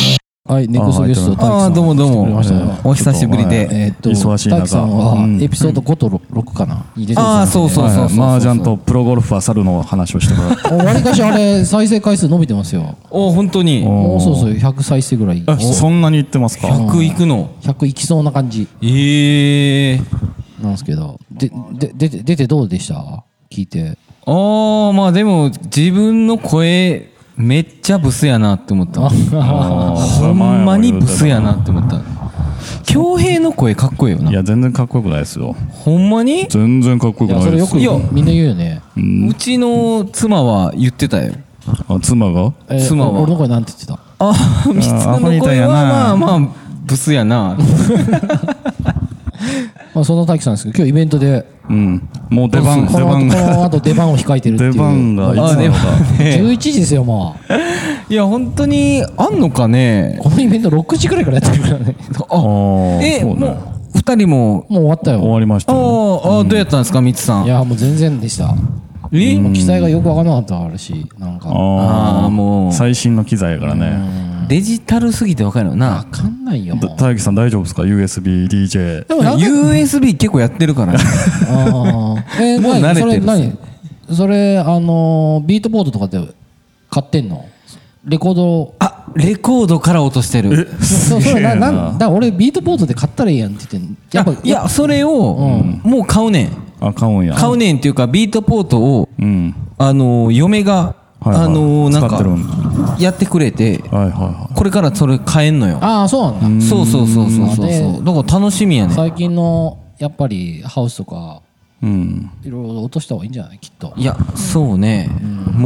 [SPEAKER 2] はい、ネクストゲスト
[SPEAKER 8] ああどうもど
[SPEAKER 2] 来てく
[SPEAKER 8] う
[SPEAKER 2] れ
[SPEAKER 8] も
[SPEAKER 2] ましたよ。
[SPEAKER 8] お久しぶりで
[SPEAKER 2] えーっと、
[SPEAKER 5] 忙しい中
[SPEAKER 2] 大樹さんは
[SPEAKER 5] うん
[SPEAKER 2] エピソード5と6かな。に出てる
[SPEAKER 8] ああそうそうそうそう
[SPEAKER 5] マージャンとプロゴルファー猿の話をしてもらって
[SPEAKER 2] わりかしあれ再生回数伸びてますよ。
[SPEAKER 8] [LAUGHS] お本当に
[SPEAKER 2] もうそうそう100再生ぐらい。
[SPEAKER 5] あそんなに言ってますか
[SPEAKER 8] 100いくの
[SPEAKER 2] 100いきそうな感じ
[SPEAKER 8] ええ
[SPEAKER 2] なんですけど。で、で、出て、出てどうでした聞い
[SPEAKER 8] [LAUGHS]
[SPEAKER 2] て。
[SPEAKER 8] ああまあでも自分の声めっちゃブスやなって思ったほんまにブスやなって思った恭平の声かっこいいよない
[SPEAKER 5] や全然かっこよくないですよ
[SPEAKER 8] ほんまに
[SPEAKER 5] 全然かっこよ
[SPEAKER 2] いや、
[SPEAKER 5] くな
[SPEAKER 2] そ
[SPEAKER 5] い
[SPEAKER 2] れ
[SPEAKER 5] で
[SPEAKER 2] よ
[SPEAKER 5] す
[SPEAKER 2] く
[SPEAKER 8] いや
[SPEAKER 2] みんな言うよね。
[SPEAKER 8] うちの妻は言ってたよ
[SPEAKER 5] あ妻が
[SPEAKER 2] えー
[SPEAKER 8] 妻は
[SPEAKER 2] 俺の声なんて言ってた
[SPEAKER 8] ああ三つ
[SPEAKER 5] アホみ
[SPEAKER 8] の
[SPEAKER 5] たい
[SPEAKER 8] 声は
[SPEAKER 5] やな
[SPEAKER 8] まあまあブスやな
[SPEAKER 2] まあ、そんな大樹さんですけど、今日イベントで、
[SPEAKER 5] うんもう出
[SPEAKER 2] こ
[SPEAKER 5] 番
[SPEAKER 2] の
[SPEAKER 5] 出番
[SPEAKER 2] こ
[SPEAKER 5] が
[SPEAKER 2] の後出番を控えてるっていう。
[SPEAKER 5] 出番がいつな
[SPEAKER 8] あで
[SPEAKER 5] の
[SPEAKER 8] も
[SPEAKER 5] か
[SPEAKER 2] 11時ですよ、もう。
[SPEAKER 8] いや本当にあんのかね
[SPEAKER 2] このイベント6時くらいからやってるからね
[SPEAKER 5] あ
[SPEAKER 8] え
[SPEAKER 5] そうね
[SPEAKER 8] もう2人も
[SPEAKER 2] もう終わった
[SPEAKER 5] 終
[SPEAKER 2] よ
[SPEAKER 5] わりまし
[SPEAKER 8] あ
[SPEAKER 5] た
[SPEAKER 8] ー
[SPEAKER 5] よ
[SPEAKER 8] あーどうやったんですかミツさ
[SPEAKER 2] い
[SPEAKER 8] ん
[SPEAKER 2] やもう全然でした
[SPEAKER 8] え
[SPEAKER 2] もう期待がよくわからなかったあるしなんかわ
[SPEAKER 5] あ
[SPEAKER 8] あーも
[SPEAKER 5] あ
[SPEAKER 8] う
[SPEAKER 5] 最新の機材やからね
[SPEAKER 8] デジタルすぎて分かるよな
[SPEAKER 2] かんないよも
[SPEAKER 5] だ
[SPEAKER 2] う
[SPEAKER 5] 大樹さん大丈夫ですか USBDJ
[SPEAKER 2] でもなんか
[SPEAKER 8] USB 結構やってるからね
[SPEAKER 2] あーえー、
[SPEAKER 8] もう
[SPEAKER 2] 何
[SPEAKER 8] 慣れてる
[SPEAKER 2] それ何それあのービートボードとかで買ってんのレコード
[SPEAKER 8] あレコードから落としてる
[SPEAKER 2] そうそれななんだ俺ビートボードで買ったらいいやんって言ってんやっぱ
[SPEAKER 8] あいやそれをもう買うねん
[SPEAKER 5] あ買うんや
[SPEAKER 8] 買うねんっていうかビートポートを
[SPEAKER 5] うん
[SPEAKER 8] あの嫁が
[SPEAKER 5] はいはい
[SPEAKER 8] あのなん
[SPEAKER 5] 使っ
[SPEAKER 8] か
[SPEAKER 5] てるん
[SPEAKER 8] やってくれて
[SPEAKER 5] はいはいは
[SPEAKER 8] これからそれ買えんのよ
[SPEAKER 2] ああそうなんだ
[SPEAKER 8] そうそうそうそうそう
[SPEAKER 2] で
[SPEAKER 8] そうだから楽しみやねん
[SPEAKER 2] 最近のやっぱりハウスとか
[SPEAKER 5] いうん
[SPEAKER 2] いろいろ落とした方がいいんじゃないきっと
[SPEAKER 8] いやそうね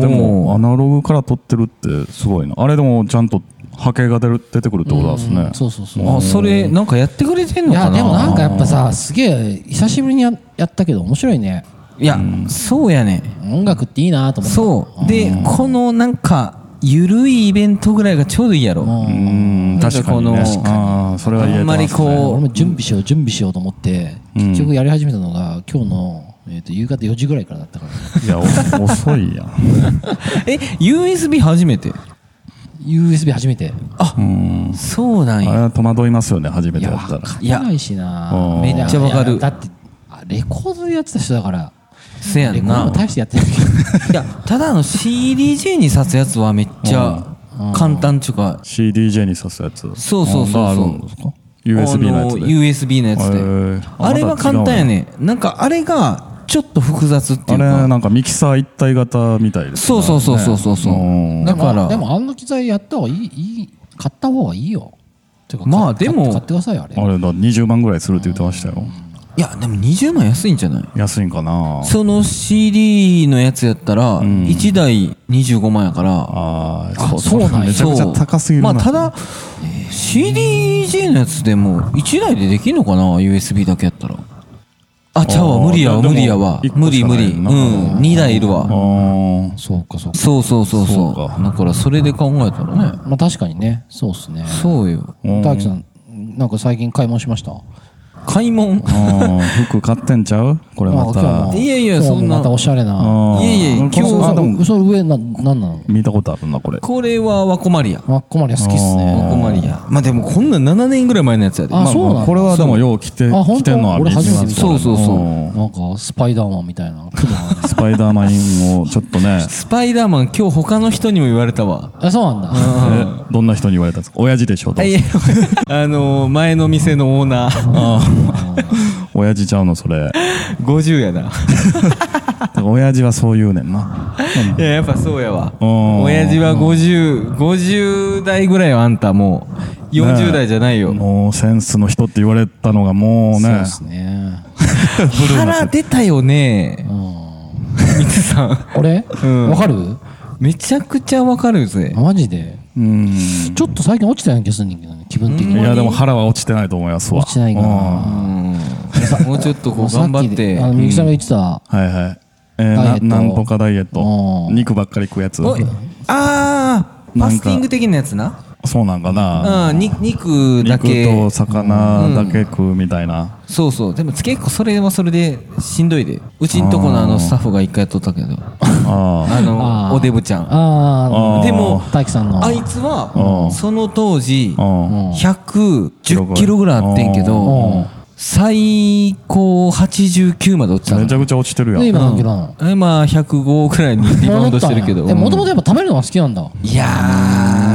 [SPEAKER 5] でもア
[SPEAKER 8] も
[SPEAKER 5] ナログから撮ってるってすごいなあれでもちゃんと波形が出る出てくるってことなんですね
[SPEAKER 2] そうそうそう
[SPEAKER 8] うあそれなんかやってくれてん
[SPEAKER 2] い
[SPEAKER 8] の
[SPEAKER 2] や
[SPEAKER 8] か
[SPEAKER 2] でもなんか
[SPEAKER 8] な
[SPEAKER 2] やっぱさすげえ久しぶりにややったけど面白いね
[SPEAKER 8] いやそうやねん
[SPEAKER 2] 音楽っていいなと思って
[SPEAKER 8] そうでこのなんかゆるいイベントぐらいがちょうどいいやろ
[SPEAKER 5] うん
[SPEAKER 8] なんか
[SPEAKER 5] 確かにね
[SPEAKER 8] この
[SPEAKER 5] ああそれは
[SPEAKER 8] あ
[SPEAKER 5] 言えて
[SPEAKER 8] ん
[SPEAKER 5] まね
[SPEAKER 8] ますりこ
[SPEAKER 2] 俺
[SPEAKER 8] う
[SPEAKER 2] も準備しよう準備しようと思って結局やり始めたのが今日の、えー、と夕方4時ぐらいからだったから、
[SPEAKER 5] いやお遅いやん
[SPEAKER 8] え USB 初めて
[SPEAKER 2] USB 初めて
[SPEAKER 5] うん
[SPEAKER 8] そうなん
[SPEAKER 5] あ
[SPEAKER 8] や
[SPEAKER 5] れは戸惑いますよね初め
[SPEAKER 2] い
[SPEAKER 5] て
[SPEAKER 2] や
[SPEAKER 5] やった
[SPEAKER 2] わ
[SPEAKER 5] ら
[SPEAKER 2] かん
[SPEAKER 8] いや
[SPEAKER 2] ないしな
[SPEAKER 5] うん
[SPEAKER 8] めっちゃわかる
[SPEAKER 2] いやだってあレコードやってた人だから
[SPEAKER 8] せや
[SPEAKER 2] レ
[SPEAKER 8] ん
[SPEAKER 2] コード
[SPEAKER 8] な
[SPEAKER 2] も大してやってないけ
[SPEAKER 8] いやただの CDJ に刺すやつはめっちゃ簡単ちゅうか
[SPEAKER 5] CDJ に刺すやつ
[SPEAKER 8] そうそうそうそ
[SPEAKER 5] あ
[SPEAKER 8] う
[SPEAKER 5] があるんですか USB のやつで
[SPEAKER 8] あ USB のやつ
[SPEAKER 5] へ
[SPEAKER 8] で
[SPEAKER 5] ー
[SPEAKER 8] あれは簡単やねなんかあれがちょっと複雑ってい
[SPEAKER 5] あ
[SPEAKER 8] う
[SPEAKER 5] れ
[SPEAKER 8] か
[SPEAKER 5] なんかミキサー一体型みたいです
[SPEAKER 8] そうそうそうそうそうそう
[SPEAKER 5] うん
[SPEAKER 8] [LAUGHS] だ
[SPEAKER 2] ど
[SPEAKER 8] か
[SPEAKER 2] まあで
[SPEAKER 8] ら
[SPEAKER 2] もあの機材やった方がいいいい買った方がいいよてか
[SPEAKER 8] まあ
[SPEAKER 2] 買っ
[SPEAKER 8] でも
[SPEAKER 2] 買ってくださいよあれ
[SPEAKER 5] あれだ20万ぐらいするって言ってましたよ
[SPEAKER 8] いやでも20万安いんじゃない
[SPEAKER 5] 安いんかな
[SPEAKER 8] その CD のやつやったら1台25万やから
[SPEAKER 5] あ
[SPEAKER 2] あそうなんや
[SPEAKER 5] めちゃくちゃ高すぎる
[SPEAKER 8] ま
[SPEAKER 5] な
[SPEAKER 8] あただ CDJ のやつでも1台でできんのかな USB だけやったらあちゃうわ
[SPEAKER 5] あー
[SPEAKER 8] 無理やわ
[SPEAKER 5] でも
[SPEAKER 8] 無理やわ
[SPEAKER 5] 一個
[SPEAKER 8] 無理
[SPEAKER 5] しか
[SPEAKER 8] 無
[SPEAKER 5] ない
[SPEAKER 8] 理う
[SPEAKER 5] よなん
[SPEAKER 8] 2台いる
[SPEAKER 5] あ
[SPEAKER 8] わ
[SPEAKER 5] ー
[SPEAKER 2] そうかそうか
[SPEAKER 8] そうそうそうそう
[SPEAKER 5] そうか
[SPEAKER 8] だからそれで考えたらね
[SPEAKER 2] まあ確かにねそうっすね
[SPEAKER 8] そうよ
[SPEAKER 2] 大樹さんなんか最近買い物しました
[SPEAKER 8] 買い物
[SPEAKER 5] あー服買ってんちゃうこれま
[SPEAKER 2] あ
[SPEAKER 5] た
[SPEAKER 2] 今日も
[SPEAKER 8] いやいや
[SPEAKER 2] 今日も
[SPEAKER 8] そんな
[SPEAKER 2] またおしゃれない
[SPEAKER 8] いやいや今日
[SPEAKER 5] 今日あでも
[SPEAKER 2] それ上ななんなの
[SPEAKER 5] 見たことあるなこれ
[SPEAKER 8] これはワコマリア
[SPEAKER 2] マッコマリア好きっすね
[SPEAKER 8] ワコマリアまあでもこんなん7年ぐらい前のやつやで
[SPEAKER 2] あそうなんだ
[SPEAKER 5] これはでもよう着て
[SPEAKER 2] あ本当
[SPEAKER 5] 着てんのは
[SPEAKER 2] 俺初めて見た
[SPEAKER 8] そうそうそう
[SPEAKER 2] なんかスパイダーマンみたい
[SPEAKER 5] [LAUGHS]
[SPEAKER 2] な雲が
[SPEAKER 5] スパイダーマンをちょっとね
[SPEAKER 8] スパイダーマン今日他の人にも言われたわ
[SPEAKER 2] あ [LAUGHS] そうなんだ
[SPEAKER 5] えどんな人に言われたんですか親父でしょどう
[SPEAKER 8] い
[SPEAKER 5] せ
[SPEAKER 8] やあのー前の店のオーナー
[SPEAKER 5] 親父ちゃうのそれ
[SPEAKER 8] 50やな
[SPEAKER 5] だから親父はそう言うねんない
[SPEAKER 8] ややっぱそうやわ
[SPEAKER 5] うん
[SPEAKER 8] 親父は5050代ぐらいはあんたもう40代じゃないよ、
[SPEAKER 5] もうセンスの人って言われたのがもう
[SPEAKER 2] そう
[SPEAKER 5] ね
[SPEAKER 2] っすね
[SPEAKER 8] 腹出たよねみつさん
[SPEAKER 2] 俺わかる
[SPEAKER 8] めちゃくちゃわかるぜ
[SPEAKER 2] あマジで
[SPEAKER 5] うん
[SPEAKER 2] ちょっと最近落ちたような気がするんだけどね気分的
[SPEAKER 5] い
[SPEAKER 2] に
[SPEAKER 5] やでも腹は落ちてないと思いますわ
[SPEAKER 2] 落ちないか
[SPEAKER 5] うん
[SPEAKER 2] な
[SPEAKER 8] もうちょっとこう
[SPEAKER 2] さ
[SPEAKER 8] 頑
[SPEAKER 2] っ
[SPEAKER 8] 張
[SPEAKER 2] き
[SPEAKER 8] って
[SPEAKER 2] あのみゆきさんが言ってた
[SPEAKER 5] はいはいえー
[SPEAKER 2] ダイエット
[SPEAKER 5] ななんとかダイエット
[SPEAKER 2] うん
[SPEAKER 5] 肉ばっかり食うやつ
[SPEAKER 8] おいあー
[SPEAKER 5] な
[SPEAKER 8] ファ
[SPEAKER 5] んか
[SPEAKER 8] スティング的なやつな
[SPEAKER 5] そうなんかな
[SPEAKER 8] うんに肉だ
[SPEAKER 5] 肉
[SPEAKER 8] け
[SPEAKER 5] と魚だけ食うみたいな
[SPEAKER 8] そうそうでも結構それはそれでしんどいでうちんとこのあのスタッフが一回やっとったけど
[SPEAKER 5] あ
[SPEAKER 8] あの
[SPEAKER 2] あー
[SPEAKER 8] おデブちゃん
[SPEAKER 2] あ
[SPEAKER 5] ー
[SPEAKER 2] あ
[SPEAKER 8] でも
[SPEAKER 2] 大樹さんの
[SPEAKER 8] あいつ
[SPEAKER 5] う
[SPEAKER 8] は
[SPEAKER 5] ん
[SPEAKER 8] その当時
[SPEAKER 5] あうん
[SPEAKER 8] 110キロぐらいあってんけ
[SPEAKER 2] う
[SPEAKER 8] ど
[SPEAKER 2] ん
[SPEAKER 8] 最高89まで落ちたの
[SPEAKER 5] めちゃくちゃ落ちてるや
[SPEAKER 2] で
[SPEAKER 5] ん
[SPEAKER 2] 今何キロなの
[SPEAKER 8] えまあ105ぐらいにリバウンドしてるけ
[SPEAKER 2] 戻
[SPEAKER 8] ど
[SPEAKER 2] ったんやえもともとやっぱ食べるのが好きなんだ
[SPEAKER 8] いや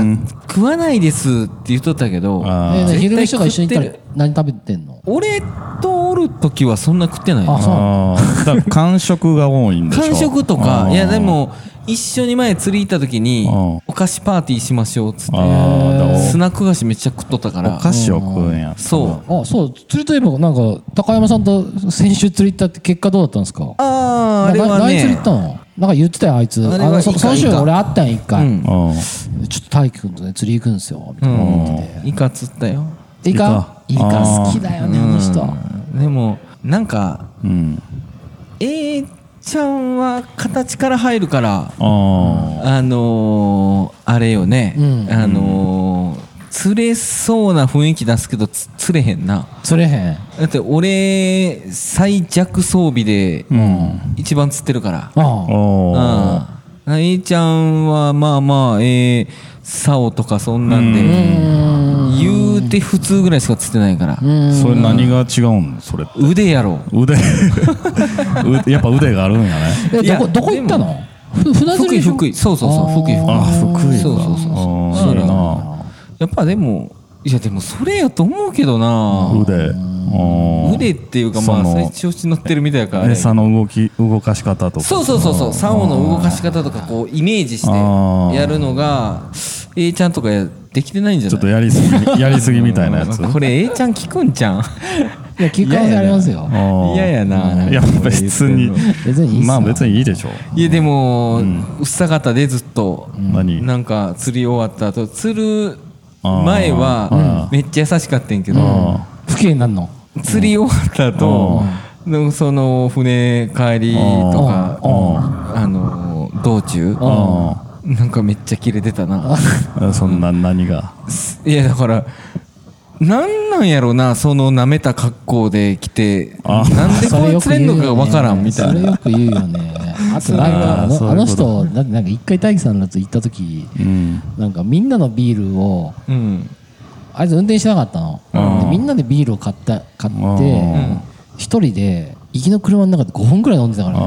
[SPEAKER 8] ー食わないですって言っとったけど
[SPEAKER 5] あ
[SPEAKER 2] え
[SPEAKER 5] ー
[SPEAKER 2] ね
[SPEAKER 8] 絶対
[SPEAKER 2] 昼飯とか一緒に行ったら
[SPEAKER 8] 食って
[SPEAKER 2] 何食べてんの
[SPEAKER 8] 俺とおる時はそんな食ってない
[SPEAKER 2] あそう
[SPEAKER 5] あーだから感触が多いんでしょ
[SPEAKER 8] 完食と
[SPEAKER 5] あ
[SPEAKER 8] か
[SPEAKER 5] ー
[SPEAKER 8] いやでも一緒に前釣り行った時に
[SPEAKER 5] うん
[SPEAKER 8] お菓子パーティーしましょうっつって
[SPEAKER 5] あーだから
[SPEAKER 8] スナック菓子めっちゃ食っとったか
[SPEAKER 5] お
[SPEAKER 8] ら
[SPEAKER 5] 菓子を食うんや
[SPEAKER 8] そう
[SPEAKER 2] あそう釣りといえばなんか高山さんと先週釣り行ったって結果どうだったんですか
[SPEAKER 8] あああ
[SPEAKER 2] な
[SPEAKER 8] れは
[SPEAKER 2] 何釣り
[SPEAKER 8] ね
[SPEAKER 2] 行ったのなんか言ってたよあいつ
[SPEAKER 8] あ
[SPEAKER 2] あ
[SPEAKER 8] れは
[SPEAKER 2] のそ
[SPEAKER 8] イカ
[SPEAKER 2] その週
[SPEAKER 8] イカ
[SPEAKER 2] 俺会ったん一
[SPEAKER 8] う
[SPEAKER 2] 回、
[SPEAKER 8] ん
[SPEAKER 5] うん
[SPEAKER 2] ちょっと大樹君とね釣り行くんですよみた
[SPEAKER 8] う
[SPEAKER 2] いな、
[SPEAKER 8] んイカ釣ったよ
[SPEAKER 2] イカ
[SPEAKER 5] イ
[SPEAKER 2] イ
[SPEAKER 5] カ
[SPEAKER 2] カ好きだよねあの人
[SPEAKER 8] でもなんか
[SPEAKER 5] うん
[SPEAKER 8] ええちゃんは形から入るから
[SPEAKER 5] あ
[SPEAKER 8] あのーあれよね、
[SPEAKER 2] うん
[SPEAKER 8] あのー釣れそうな雰囲気出すけどつ釣れへんな
[SPEAKER 2] 釣れへん
[SPEAKER 8] だって俺最弱装備で
[SPEAKER 5] うん
[SPEAKER 8] 一番釣ってるから、
[SPEAKER 2] ああ
[SPEAKER 5] あ
[SPEAKER 8] うん、A ちゃんはまあまあえー、竿とかそんなんで、言うて普通ぐらいしか釣ってないから、
[SPEAKER 5] あそれ何が違うんそれ
[SPEAKER 8] 腕やろ [LAUGHS]
[SPEAKER 5] 腕うやっぱ腕があるんやね
[SPEAKER 2] え
[SPEAKER 8] いや
[SPEAKER 2] どこどこ行ったのふ船釣
[SPEAKER 8] 福
[SPEAKER 2] り
[SPEAKER 8] 井
[SPEAKER 2] でしょ
[SPEAKER 8] 福井そうそうそう
[SPEAKER 2] あー
[SPEAKER 8] 福井福井
[SPEAKER 5] あ福井
[SPEAKER 8] そうそうそう
[SPEAKER 5] あ
[SPEAKER 8] そ
[SPEAKER 5] あ
[SPEAKER 8] う
[SPEAKER 5] い
[SPEAKER 8] だ
[SPEAKER 5] い
[SPEAKER 8] な
[SPEAKER 5] な
[SPEAKER 8] やっぱでもいやでもそれやと思うけどな
[SPEAKER 5] 腕ああ
[SPEAKER 8] 腕っていうかまあ
[SPEAKER 5] その
[SPEAKER 8] 最調子乗ってるみたいやからあれ
[SPEAKER 5] 餌の動き動かし方とか
[SPEAKER 8] そうそうそうそう竿の動かし方とかこうイメージして
[SPEAKER 5] あー
[SPEAKER 8] やるのが A ちゃんとかやできてないんじゃ
[SPEAKER 5] ち
[SPEAKER 8] な
[SPEAKER 5] ょっ
[SPEAKER 8] い
[SPEAKER 5] とやりす
[SPEAKER 8] [LAUGHS]
[SPEAKER 5] ぎやりすぎみたいなやつ
[SPEAKER 8] これ A ちゃん聞くんちゃん
[SPEAKER 2] いや聞く可能性ありますよ
[SPEAKER 5] い
[SPEAKER 8] 嫌やななんか
[SPEAKER 5] いや別に
[SPEAKER 2] 別にいいっすよ
[SPEAKER 5] まあ別にいいでしょ
[SPEAKER 8] いやでも、うっさかったでずっと、
[SPEAKER 5] 何
[SPEAKER 8] なんか釣り終わった後釣る
[SPEAKER 5] あー
[SPEAKER 8] 前
[SPEAKER 5] あ
[SPEAKER 8] は
[SPEAKER 5] ー
[SPEAKER 8] めっちゃ優しかったんやけど、
[SPEAKER 5] あ
[SPEAKER 2] 不景になんの
[SPEAKER 8] 釣り終わった後、のその船帰りとか
[SPEAKER 5] ああ
[SPEAKER 8] あの道中
[SPEAKER 5] あ
[SPEAKER 8] なんかめっちゃキレてたな
[SPEAKER 5] あそんな何が
[SPEAKER 8] いやだからなんなんやろなそのなめた格好で来て
[SPEAKER 5] あ
[SPEAKER 8] なんでこれ釣れんのかがわからんみたい
[SPEAKER 2] それよ
[SPEAKER 8] な
[SPEAKER 2] く言うよねあとなんかあ
[SPEAKER 5] そう
[SPEAKER 2] の
[SPEAKER 5] い
[SPEAKER 2] あ
[SPEAKER 5] うこと
[SPEAKER 2] の人だってなんか一回大樹さんのやつ行った時
[SPEAKER 5] うん
[SPEAKER 2] なんかみんなのビールを
[SPEAKER 8] うん
[SPEAKER 2] あいつ運転してなかったのでみんなでビールを買った買
[SPEAKER 5] う
[SPEAKER 2] っ
[SPEAKER 5] ん
[SPEAKER 2] て一人で行きの車の中で5本くらい飲んでたからね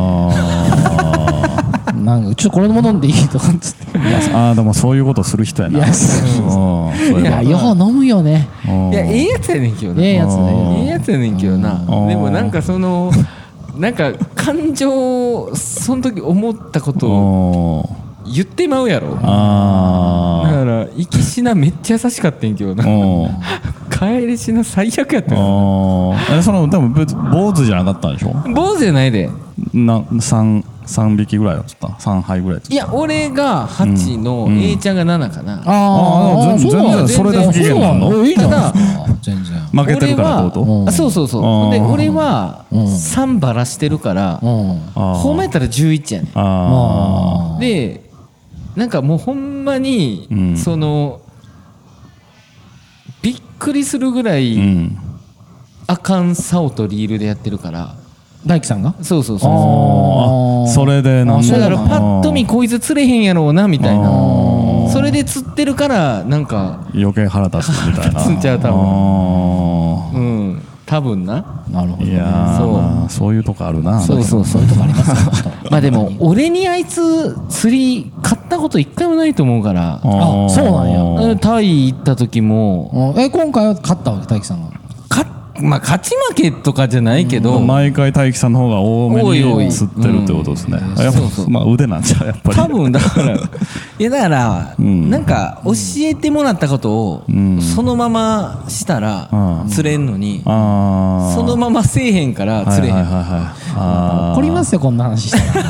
[SPEAKER 5] あ
[SPEAKER 2] なんかちょっとこれも飲んでいいとかっつって
[SPEAKER 5] [LAUGHS] ーいやあーでもそういうことする人や
[SPEAKER 2] い
[SPEAKER 5] な
[SPEAKER 2] や
[SPEAKER 5] うん
[SPEAKER 2] そ
[SPEAKER 5] そう
[SPEAKER 2] うい
[SPEAKER 5] いえ
[SPEAKER 2] や
[SPEAKER 5] ば
[SPEAKER 2] よう飲むよね
[SPEAKER 5] うん
[SPEAKER 8] いやええやつやねんけどな
[SPEAKER 2] ええやつね
[SPEAKER 8] ええやつやねんけどな
[SPEAKER 5] うん
[SPEAKER 8] でもなんかそのなんか感情その時思ったことを
[SPEAKER 5] うん
[SPEAKER 8] 言ってまうやろだ
[SPEAKER 5] あ
[SPEAKER 8] から行きしなめっちゃ優しかったんやけど
[SPEAKER 5] ー
[SPEAKER 8] な
[SPEAKER 5] うん
[SPEAKER 8] 帰りしな最悪やったよ
[SPEAKER 5] ああその多分別坊主じゃなかったんでしょ
[SPEAKER 8] 坊主じゃないで
[SPEAKER 5] な三三匹ぐらいは釣った三杯ぐらい釣
[SPEAKER 8] い
[SPEAKER 5] っ
[SPEAKER 8] や俺が8の
[SPEAKER 5] うん
[SPEAKER 8] A ちゃんが7かな、
[SPEAKER 5] あー全
[SPEAKER 2] そうなんだ
[SPEAKER 5] 全然それで不機嫌
[SPEAKER 2] そ
[SPEAKER 5] なの
[SPEAKER 2] うなんだえいいじゃないですか全
[SPEAKER 5] た負けてるからってこと
[SPEAKER 8] 俺はあそうそうそう
[SPEAKER 5] うん
[SPEAKER 8] で俺は
[SPEAKER 2] うん
[SPEAKER 8] 3ばらしてるから
[SPEAKER 2] 然うん
[SPEAKER 5] あー
[SPEAKER 8] 褒めたら11やねん
[SPEAKER 5] あ
[SPEAKER 2] あー
[SPEAKER 8] でなんかもうほんまに、
[SPEAKER 5] うん
[SPEAKER 8] そのびっくりするぐら
[SPEAKER 5] ーう
[SPEAKER 8] い、
[SPEAKER 5] ん
[SPEAKER 8] あかん竿とリールでやってるから
[SPEAKER 2] 大樹さんが
[SPEAKER 8] そうそうそうそ
[SPEAKER 5] あ
[SPEAKER 2] ー
[SPEAKER 5] あそれでなん
[SPEAKER 8] うだからパッと見こいつ釣れへんやろうなみたい
[SPEAKER 5] あ
[SPEAKER 8] な
[SPEAKER 5] ー
[SPEAKER 8] それで釣ってるからなんか
[SPEAKER 5] 余計腹立つみ
[SPEAKER 8] [LAUGHS]
[SPEAKER 5] たいな
[SPEAKER 8] 腹立つんちゃう多
[SPEAKER 5] 分
[SPEAKER 8] うん多分な
[SPEAKER 2] なるほど
[SPEAKER 5] いや
[SPEAKER 8] そ
[SPEAKER 5] ー
[SPEAKER 8] う
[SPEAKER 5] まあそういうとこあるな
[SPEAKER 8] そうそうそう
[SPEAKER 2] とかありますよ
[SPEAKER 8] まあでも俺にあいつ釣り買ったこと一回もないと思うから
[SPEAKER 2] [LAUGHS]
[SPEAKER 5] ー
[SPEAKER 2] あそうなんや
[SPEAKER 8] うんタイ行った時も
[SPEAKER 2] うんえ今回は勝ったわけ大樹さんが
[SPEAKER 8] かまあ勝ち負けとかじゃないけど、
[SPEAKER 5] 毎回大樹さんの方が多め
[SPEAKER 8] 多い多い
[SPEAKER 5] に釣ってるってことですね、やっぱ
[SPEAKER 8] そうそう
[SPEAKER 5] まあ腕なんちゃうやっぱり
[SPEAKER 8] 多分
[SPEAKER 5] [LAUGHS]
[SPEAKER 8] だからいやだから、
[SPEAKER 5] うん
[SPEAKER 8] なんか教えてもらったことを、
[SPEAKER 5] うん
[SPEAKER 8] そのまましたら、
[SPEAKER 5] うん
[SPEAKER 8] 釣れんのに、
[SPEAKER 5] ああ
[SPEAKER 8] そのまませえへんから釣れへん、
[SPEAKER 5] はいはいはいはいあー
[SPEAKER 2] 怒りますよこんな話したら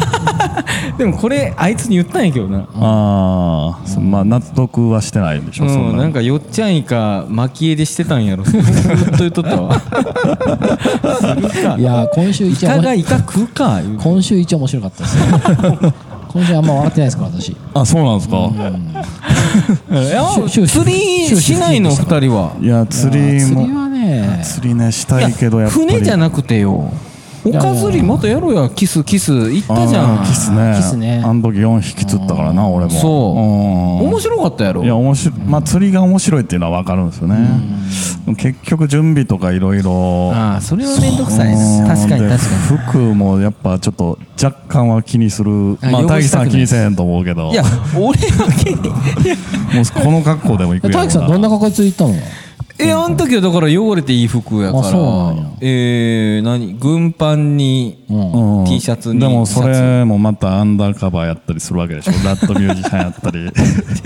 [SPEAKER 8] でもこれあいつに言ったんやけどな
[SPEAKER 5] ああ、そまあ納得はしてないでし
[SPEAKER 8] う
[SPEAKER 5] ょ、そ
[SPEAKER 8] ん、
[SPEAKER 5] ん
[SPEAKER 8] な
[SPEAKER 5] なん
[SPEAKER 8] かよっちゃんいか蒔絵でしてたん
[SPEAKER 5] [LAUGHS]
[SPEAKER 8] やろずっと言っとったわするか [LAUGHS]
[SPEAKER 2] いや今週
[SPEAKER 8] イ
[SPEAKER 2] 一
[SPEAKER 8] カが
[SPEAKER 2] 応
[SPEAKER 8] イカ食うか言う
[SPEAKER 2] 今週一応面白かった
[SPEAKER 8] [LAUGHS]
[SPEAKER 2] です今週あんま笑ってないですから私
[SPEAKER 5] あそうなんですか、
[SPEAKER 8] いや
[SPEAKER 2] しゅしゅ
[SPEAKER 8] 釣りしないの
[SPEAKER 2] しゅしゅ
[SPEAKER 8] 二人はい
[SPEAKER 5] や釣
[SPEAKER 2] あー
[SPEAKER 5] り
[SPEAKER 2] 釣
[SPEAKER 5] も
[SPEAKER 2] りはね
[SPEAKER 5] 釣りねしたいけど
[SPEAKER 8] い
[SPEAKER 5] や
[SPEAKER 8] や
[SPEAKER 5] っぱり
[SPEAKER 8] 船じゃ
[SPEAKER 5] い
[SPEAKER 8] なくてよおかずりまたやろうやキスキス行ったじゃん
[SPEAKER 5] キスね
[SPEAKER 2] キスね
[SPEAKER 5] あの時4匹釣ったからな俺も
[SPEAKER 8] そうん面白かったやろ
[SPEAKER 5] いや面白いまあ釣りが面白いっていうのは分かるんですよね、結局準備とかいろいろ
[SPEAKER 8] ああそれは面倒くさい
[SPEAKER 5] うん
[SPEAKER 8] 確かに確か
[SPEAKER 5] で
[SPEAKER 8] に
[SPEAKER 5] 服もやっぱちょっと若干は気にする
[SPEAKER 8] あ
[SPEAKER 5] まあ
[SPEAKER 8] 汚したくない
[SPEAKER 5] 大樹さんは気にせえへんと思うけど
[SPEAKER 8] いや俺はけ
[SPEAKER 5] もうこの格好でも行く
[SPEAKER 2] え
[SPEAKER 5] よ
[SPEAKER 2] 大樹さんどんな格好で釣り行ったの
[SPEAKER 8] えあの時はだから汚れていい服やか
[SPEAKER 2] あ
[SPEAKER 8] ら
[SPEAKER 2] そうなんや
[SPEAKER 8] えー何軍パンに
[SPEAKER 5] うん
[SPEAKER 8] T シャツに [LAUGHS]
[SPEAKER 5] でもそ
[SPEAKER 8] シャ
[SPEAKER 5] れもまたアンダーカバーやったりするわけでしょラッドミュージシャンや
[SPEAKER 8] [LAUGHS]
[SPEAKER 5] ったり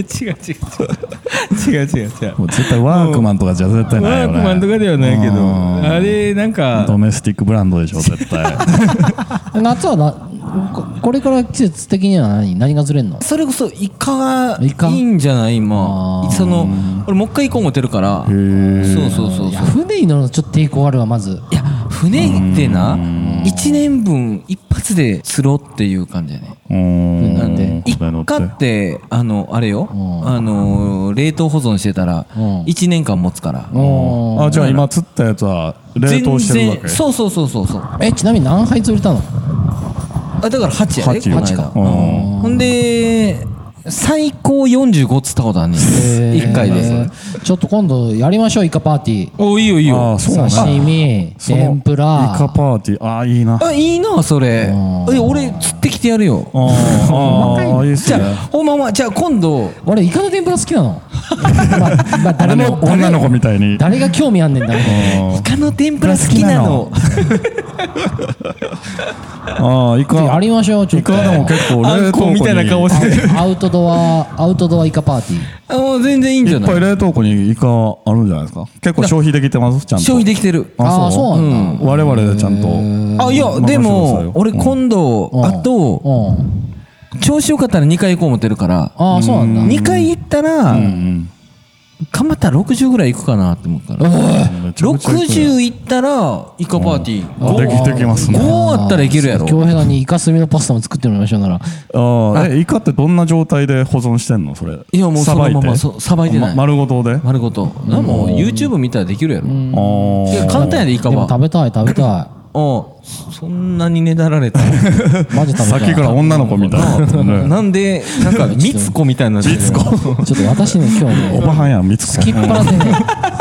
[SPEAKER 8] ツ違う違う違う違う違う違う
[SPEAKER 5] もう絶対ワークマンとかじゃ絶対ない
[SPEAKER 8] ワ
[SPEAKER 5] よ
[SPEAKER 8] ー
[SPEAKER 5] ね
[SPEAKER 8] クマンとかではないけ
[SPEAKER 5] う
[SPEAKER 8] ど
[SPEAKER 5] ん
[SPEAKER 8] あれなんか
[SPEAKER 5] ドメスティックブランドで [LAUGHS] しょ絶対
[SPEAKER 2] 夏はなここれから季節的には何何が釣れんの
[SPEAKER 8] それこそイカが
[SPEAKER 2] イカ
[SPEAKER 8] いいんじゃない今
[SPEAKER 2] あー
[SPEAKER 8] その俺もう一回行こう思ってるからそうそうそう
[SPEAKER 2] い
[SPEAKER 8] そ
[SPEAKER 2] や
[SPEAKER 8] う
[SPEAKER 2] 船に乗るのちょっと抵抗あるわまず
[SPEAKER 8] いや船ってな1年分一発発で釣ろうっていう感じやね。
[SPEAKER 5] うん
[SPEAKER 8] なんで、一
[SPEAKER 5] 答えの
[SPEAKER 8] 家って、あの、あれよ、
[SPEAKER 2] ん
[SPEAKER 8] あの、冷凍保存してたら
[SPEAKER 2] うん、
[SPEAKER 8] 1年間持つから。
[SPEAKER 2] おー
[SPEAKER 5] あじゃあ今釣ったやつは冷凍してるわけ
[SPEAKER 8] そうそうそうそうそう。
[SPEAKER 2] えちなみに何杯釣れたの
[SPEAKER 8] あだから8やで、
[SPEAKER 5] 八
[SPEAKER 8] この間。
[SPEAKER 5] うん
[SPEAKER 8] ほんで、最高45つったことあんねん。1回
[SPEAKER 2] え
[SPEAKER 8] で。
[SPEAKER 2] ーちょっと今度やりましょうイカパーティー
[SPEAKER 8] お、いいよいい
[SPEAKER 5] あ
[SPEAKER 8] よ
[SPEAKER 5] ー。そうなんだ
[SPEAKER 2] 刺身
[SPEAKER 5] その
[SPEAKER 2] 天ぷら
[SPEAKER 5] イカパーティーああいいなあ
[SPEAKER 8] あ、いいな、それ
[SPEAKER 2] ん。
[SPEAKER 8] え、俺、釣ってきてやるよ。
[SPEAKER 5] ーあーいいっす
[SPEAKER 8] じ
[SPEAKER 5] ね
[SPEAKER 8] ゃあ、ほんまは、じゃあ今度、
[SPEAKER 2] 俺イカの天ぷら好きなの [LAUGHS] まあまあ誰も誰
[SPEAKER 5] 女の子みたいに
[SPEAKER 2] 誰が興味あんねんだろう
[SPEAKER 5] うん
[SPEAKER 8] イカの天ぷら好きなの。
[SPEAKER 5] ああイカ
[SPEAKER 2] やりましょうちょっ
[SPEAKER 5] イ
[SPEAKER 2] と
[SPEAKER 5] カでも結構
[SPEAKER 8] あ
[SPEAKER 5] 冷
[SPEAKER 8] ん
[SPEAKER 5] 凍庫
[SPEAKER 8] こ
[SPEAKER 5] に
[SPEAKER 8] みたいな顔して。
[SPEAKER 2] アウトドアアウトドアイカパーティー
[SPEAKER 8] あもう全然いいんじ
[SPEAKER 5] い
[SPEAKER 8] ゃ
[SPEAKER 5] っ
[SPEAKER 8] ない
[SPEAKER 5] ぱい冷凍庫にイカあるんじゃないですか結構消費できてますちゃんと
[SPEAKER 8] 消費できてる。
[SPEAKER 2] ああそうなんだ、
[SPEAKER 5] うん我々でちゃんと
[SPEAKER 8] あ、いや、
[SPEAKER 5] 任せてください
[SPEAKER 8] で
[SPEAKER 5] よ
[SPEAKER 8] も、俺
[SPEAKER 5] うん
[SPEAKER 8] 今度、
[SPEAKER 2] うん
[SPEAKER 8] あと、
[SPEAKER 2] うん
[SPEAKER 8] 調子よかったら2回行こう思ってるから、
[SPEAKER 2] ああそうなんだ
[SPEAKER 8] 2回行ったら、
[SPEAKER 5] うん
[SPEAKER 8] 頑張ったら60ぐらい行くかなって思うから。
[SPEAKER 5] めちゃくちゃ行くやん
[SPEAKER 8] 60行ったら、イカパーティー。
[SPEAKER 5] あできてきますね
[SPEAKER 8] 5あったらいけるやろ。
[SPEAKER 2] 京平がにイカスミのパスタも作ってもらいましょうなら
[SPEAKER 5] ああえイカってどんな状態で保存してんのそれ
[SPEAKER 8] いやもうそのまま
[SPEAKER 5] さばい
[SPEAKER 8] そうさばいてない
[SPEAKER 5] ま丸ごとであ
[SPEAKER 8] 丸ごと。なんもう YouTube 見たらできるやろ。いや、
[SPEAKER 5] あ
[SPEAKER 8] 簡単やで、イカ
[SPEAKER 2] でも
[SPEAKER 8] は。
[SPEAKER 2] 食べたい食べた
[SPEAKER 8] うんそんなにねだられた。
[SPEAKER 2] いマジ食べた
[SPEAKER 5] [LAUGHS] さ
[SPEAKER 2] い
[SPEAKER 5] っきから女の子みたいなね
[SPEAKER 8] なんで、なんか、みつこみたいになってる。みつこ
[SPEAKER 2] ちょっと私ね今日ね
[SPEAKER 5] おばはんやんみつ
[SPEAKER 2] すきっ
[SPEAKER 5] こ
[SPEAKER 2] 腹で
[SPEAKER 8] [LAUGHS]
[SPEAKER 2] ね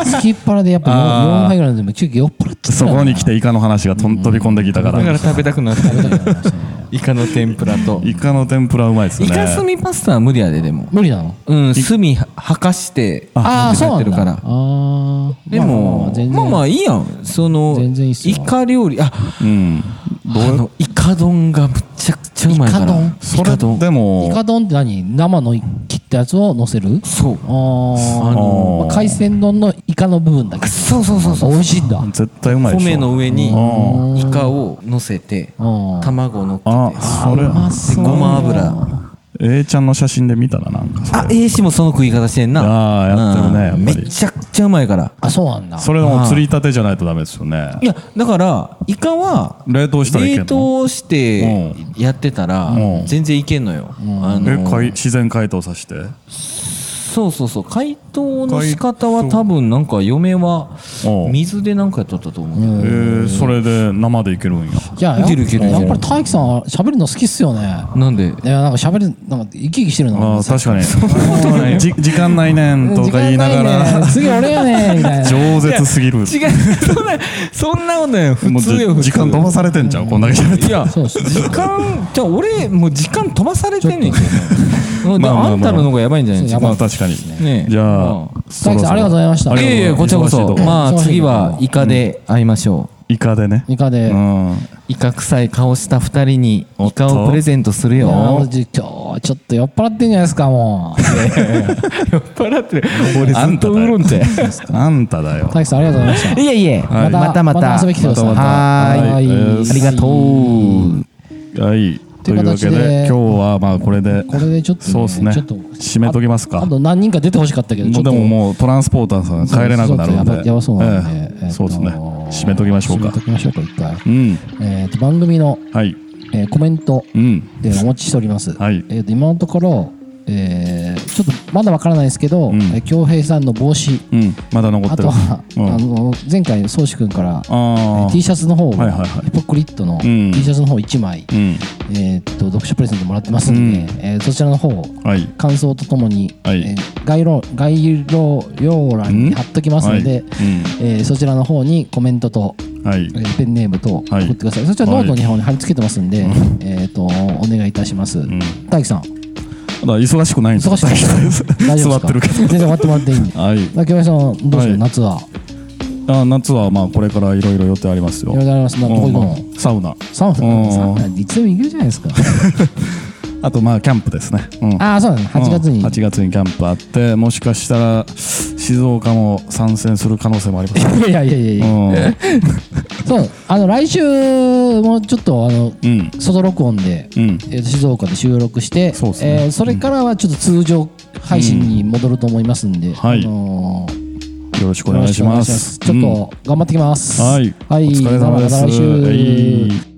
[SPEAKER 2] すきっ腹でやっぱ4杯ぐらいでも休憩酔っ払っちゃった
[SPEAKER 5] そ
[SPEAKER 2] から
[SPEAKER 5] こに来てイカの話がとん飛び込んできたか
[SPEAKER 8] だから
[SPEAKER 5] ら
[SPEAKER 8] 食べたくなってイカの天ぷら
[SPEAKER 5] [LAUGHS]
[SPEAKER 8] と。
[SPEAKER 5] イカの天ぷらうまいっすね
[SPEAKER 8] イカスミパスタは無理やで、でも。
[SPEAKER 2] 無理なの
[SPEAKER 8] うん、炭はかして、
[SPEAKER 2] ああそう
[SPEAKER 8] やっ
[SPEAKER 2] な
[SPEAKER 8] て
[SPEAKER 2] んだ
[SPEAKER 8] るか
[SPEAKER 2] あ
[SPEAKER 8] ら。
[SPEAKER 2] ー
[SPEAKER 8] で
[SPEAKER 2] まあまあま
[SPEAKER 8] も
[SPEAKER 2] あ、全
[SPEAKER 8] まあ
[SPEAKER 2] 然
[SPEAKER 8] まあいいやん。その、
[SPEAKER 2] 全然いいっす
[SPEAKER 8] イ
[SPEAKER 2] よ
[SPEAKER 8] カ料理、あ、
[SPEAKER 5] うん
[SPEAKER 8] あの、イカ丼がむちゃくちゃうまいから。
[SPEAKER 2] イカ丼
[SPEAKER 5] それで
[SPEAKER 2] イ
[SPEAKER 5] も
[SPEAKER 2] カ丼って何生の切ったやつを乗せる
[SPEAKER 8] そう。
[SPEAKER 2] あー
[SPEAKER 8] あ
[SPEAKER 5] のー
[SPEAKER 2] まあ海鮮丼のイカの部分だけ
[SPEAKER 8] そうそうそうそう。
[SPEAKER 2] 美味しいんだ
[SPEAKER 5] 絶対うまいでしょ
[SPEAKER 8] 米の上に
[SPEAKER 5] う
[SPEAKER 8] イカを乗せて、
[SPEAKER 2] うん
[SPEAKER 8] 卵を乗っ
[SPEAKER 5] あ
[SPEAKER 8] けて
[SPEAKER 5] それ
[SPEAKER 8] で、ごま油。
[SPEAKER 5] A ちゃんの写真で見たらなんかそれ
[SPEAKER 8] あ、ええしもその食い方してんな。
[SPEAKER 5] あーやってる
[SPEAKER 8] うん
[SPEAKER 5] ねやっぱり
[SPEAKER 8] めちゃくちゃうまいから。
[SPEAKER 2] あそうなんだ
[SPEAKER 5] それでも釣りたてじゃないとダメですよね
[SPEAKER 8] いや、だから、イカは、
[SPEAKER 5] 冷凍したらいけん
[SPEAKER 8] 冷
[SPEAKER 5] の
[SPEAKER 8] 凍してやってたら
[SPEAKER 5] うん、
[SPEAKER 8] 全然いけんのよ。あ
[SPEAKER 5] え
[SPEAKER 8] の
[SPEAKER 5] かい自然解凍させて
[SPEAKER 8] そうそうそう。解凍の仕方は多分、なんか嫁は
[SPEAKER 5] うん、
[SPEAKER 8] 水でなんかやっとったと思うけど。
[SPEAKER 5] えーそれで生でいけるんや
[SPEAKER 2] じゃあや
[SPEAKER 8] いけるいけるいけ
[SPEAKER 2] や
[SPEAKER 8] る
[SPEAKER 2] っぱり大樹さんは喋るの好きっすよね
[SPEAKER 8] な
[SPEAKER 5] [LAUGHS]
[SPEAKER 8] んで、
[SPEAKER 2] いやなんか喋るなんか生き生きしてる
[SPEAKER 5] あ
[SPEAKER 2] の
[SPEAKER 5] ー確かにじ時間ないねんとか言いな
[SPEAKER 2] 時間
[SPEAKER 5] が
[SPEAKER 2] いね
[SPEAKER 5] ら
[SPEAKER 2] 次俺や
[SPEAKER 5] [LAUGHS]
[SPEAKER 2] ねみたいな
[SPEAKER 5] 饒舌すぎる
[SPEAKER 8] 違う、そんな、そんなことないよ。
[SPEAKER 5] も
[SPEAKER 8] 普
[SPEAKER 5] うじ
[SPEAKER 8] 通よ、普
[SPEAKER 5] 時
[SPEAKER 8] 通。
[SPEAKER 5] 間飛ばされてんじゃんこんだけ喋って
[SPEAKER 8] いや、
[SPEAKER 2] そうです
[SPEAKER 8] 時間、じゃあ俺、もう時間飛ばされてんねんけどな。うんで
[SPEAKER 5] [LAUGHS] まあまあまあ
[SPEAKER 8] あんたの方がやばいんじゃない
[SPEAKER 2] そうや
[SPEAKER 8] 時
[SPEAKER 2] ば
[SPEAKER 8] 間
[SPEAKER 5] まあ確かに
[SPEAKER 8] ねえ
[SPEAKER 5] じゃ
[SPEAKER 8] うん
[SPEAKER 5] あそ
[SPEAKER 2] 大
[SPEAKER 5] ろ
[SPEAKER 2] 樹さん
[SPEAKER 5] そろ
[SPEAKER 2] ありがとうございました
[SPEAKER 8] いやいや、こちらこそ。まあ、
[SPEAKER 2] 忙しい
[SPEAKER 8] 次はイカで会いましょう。
[SPEAKER 5] イカでね
[SPEAKER 2] イカで、
[SPEAKER 5] うん
[SPEAKER 8] イカ臭い顔した二人にイカ
[SPEAKER 5] おっ
[SPEAKER 8] を
[SPEAKER 5] と
[SPEAKER 8] プレゼントする
[SPEAKER 2] いやー
[SPEAKER 8] よ。
[SPEAKER 2] 俺今日ちょっと酔っ払ってんじゃないですかもう
[SPEAKER 8] 払ってる。俺
[SPEAKER 5] あ
[SPEAKER 8] ず
[SPEAKER 5] ん
[SPEAKER 8] ったと
[SPEAKER 5] だ
[SPEAKER 8] ウ
[SPEAKER 5] よ
[SPEAKER 8] ロン茶や。
[SPEAKER 5] あんただよ
[SPEAKER 2] 大樹さんありがとうございました
[SPEAKER 8] [LAUGHS] いえいえ、
[SPEAKER 5] はい
[SPEAKER 8] またまた。
[SPEAKER 2] また遊びに来てください
[SPEAKER 5] またま
[SPEAKER 8] は
[SPEAKER 5] た
[SPEAKER 8] ーい。
[SPEAKER 5] はい
[SPEAKER 8] ありがとう。
[SPEAKER 5] はい
[SPEAKER 2] と
[SPEAKER 5] と
[SPEAKER 2] い
[SPEAKER 5] いううわ
[SPEAKER 2] 形で
[SPEAKER 5] けで今日はまあこれで
[SPEAKER 2] これでちょっとね
[SPEAKER 5] そうですね
[SPEAKER 2] ちょっと
[SPEAKER 5] 締めときますか
[SPEAKER 2] あと何人か出てほしかったけどち
[SPEAKER 5] も
[SPEAKER 2] ょ
[SPEAKER 5] う
[SPEAKER 2] っ
[SPEAKER 5] で
[SPEAKER 2] と
[SPEAKER 5] ももうトランスポーターさん帰れなくなる
[SPEAKER 2] そうそう
[SPEAKER 5] んで
[SPEAKER 2] やばやばそうなんで
[SPEAKER 5] ええ
[SPEAKER 2] えっと
[SPEAKER 5] そうですね締めときましょう
[SPEAKER 2] 締め
[SPEAKER 5] か
[SPEAKER 2] ときましょうか一回
[SPEAKER 5] うん
[SPEAKER 2] えーと番組の、
[SPEAKER 5] はい
[SPEAKER 2] えーコメント
[SPEAKER 5] うん
[SPEAKER 2] でお持ちしております、
[SPEAKER 5] はい
[SPEAKER 2] えーと今のところ、えーちょっとまだわからないですけど
[SPEAKER 5] うん
[SPEAKER 2] えー恭平、さんの帽子
[SPEAKER 5] うんまだ残っ
[SPEAKER 2] あと
[SPEAKER 5] てる
[SPEAKER 2] は、
[SPEAKER 5] うん
[SPEAKER 2] あの前回宗志くんからえ
[SPEAKER 5] あ
[SPEAKER 2] ー
[SPEAKER 5] あ
[SPEAKER 2] T シャツの方を、
[SPEAKER 5] はいはいはい
[SPEAKER 2] ヒポクリットの
[SPEAKER 5] うん
[SPEAKER 2] T シャツの方1枚、
[SPEAKER 5] うん
[SPEAKER 2] えーっと読書プレゼントもらってますんで、
[SPEAKER 5] うん
[SPEAKER 2] えーそちらの方
[SPEAKER 5] はい
[SPEAKER 2] 感想とともに、
[SPEAKER 5] はい
[SPEAKER 2] えー概要概要欄に貼っときますので、えーそちらの方にコメントと、
[SPEAKER 5] はいうん
[SPEAKER 2] え
[SPEAKER 5] はい
[SPEAKER 2] ーペンネームと送
[SPEAKER 5] はい
[SPEAKER 2] ってください、そちらノートの方に貼り付けてますんで、えーっとお願いいたします、
[SPEAKER 5] うん
[SPEAKER 2] 大樹さん
[SPEAKER 5] まだ忙しくないんです
[SPEAKER 2] 忙しいですか大丈夫です
[SPEAKER 5] 座
[SPEAKER 2] か
[SPEAKER 5] ってるけど
[SPEAKER 2] 全然終わってもらっていいんで
[SPEAKER 5] はい
[SPEAKER 2] 大樹さんはどうしよう、
[SPEAKER 5] はい
[SPEAKER 2] 夏は
[SPEAKER 5] あ夏はまあこれからいろいろ予定ありますよ
[SPEAKER 2] いろいろありますまあどこ行くの
[SPEAKER 5] うんサウナ
[SPEAKER 2] サウナ
[SPEAKER 5] うん
[SPEAKER 2] サウナいつでも行けるじゃないですか
[SPEAKER 5] あとまあキャンプですねうん
[SPEAKER 2] ああそうなんです8月に、
[SPEAKER 5] うん8月にキャンプあってもしかしたら静岡も参戦する可能性もありま
[SPEAKER 2] [LAUGHS]
[SPEAKER 5] す
[SPEAKER 2] いやいやいやいや、
[SPEAKER 5] うん
[SPEAKER 2] そうあの来週もちょっとあの、
[SPEAKER 5] うん
[SPEAKER 2] 外録音で、
[SPEAKER 5] うん
[SPEAKER 2] えー静岡で収録して
[SPEAKER 5] そうっすね
[SPEAKER 2] えーそれからはちょっと通常配信に戻ると思いますんで、
[SPEAKER 5] はい
[SPEAKER 2] のー
[SPEAKER 5] よろしくお
[SPEAKER 2] よ
[SPEAKER 5] 願
[SPEAKER 2] ろ
[SPEAKER 5] い
[SPEAKER 2] し
[SPEAKER 5] し
[SPEAKER 2] くお願い
[SPEAKER 5] ま
[SPEAKER 2] しますすちょっと頑張ってきます、
[SPEAKER 5] はい
[SPEAKER 2] はい
[SPEAKER 5] お疲れ様です
[SPEAKER 2] また来週、
[SPEAKER 5] はい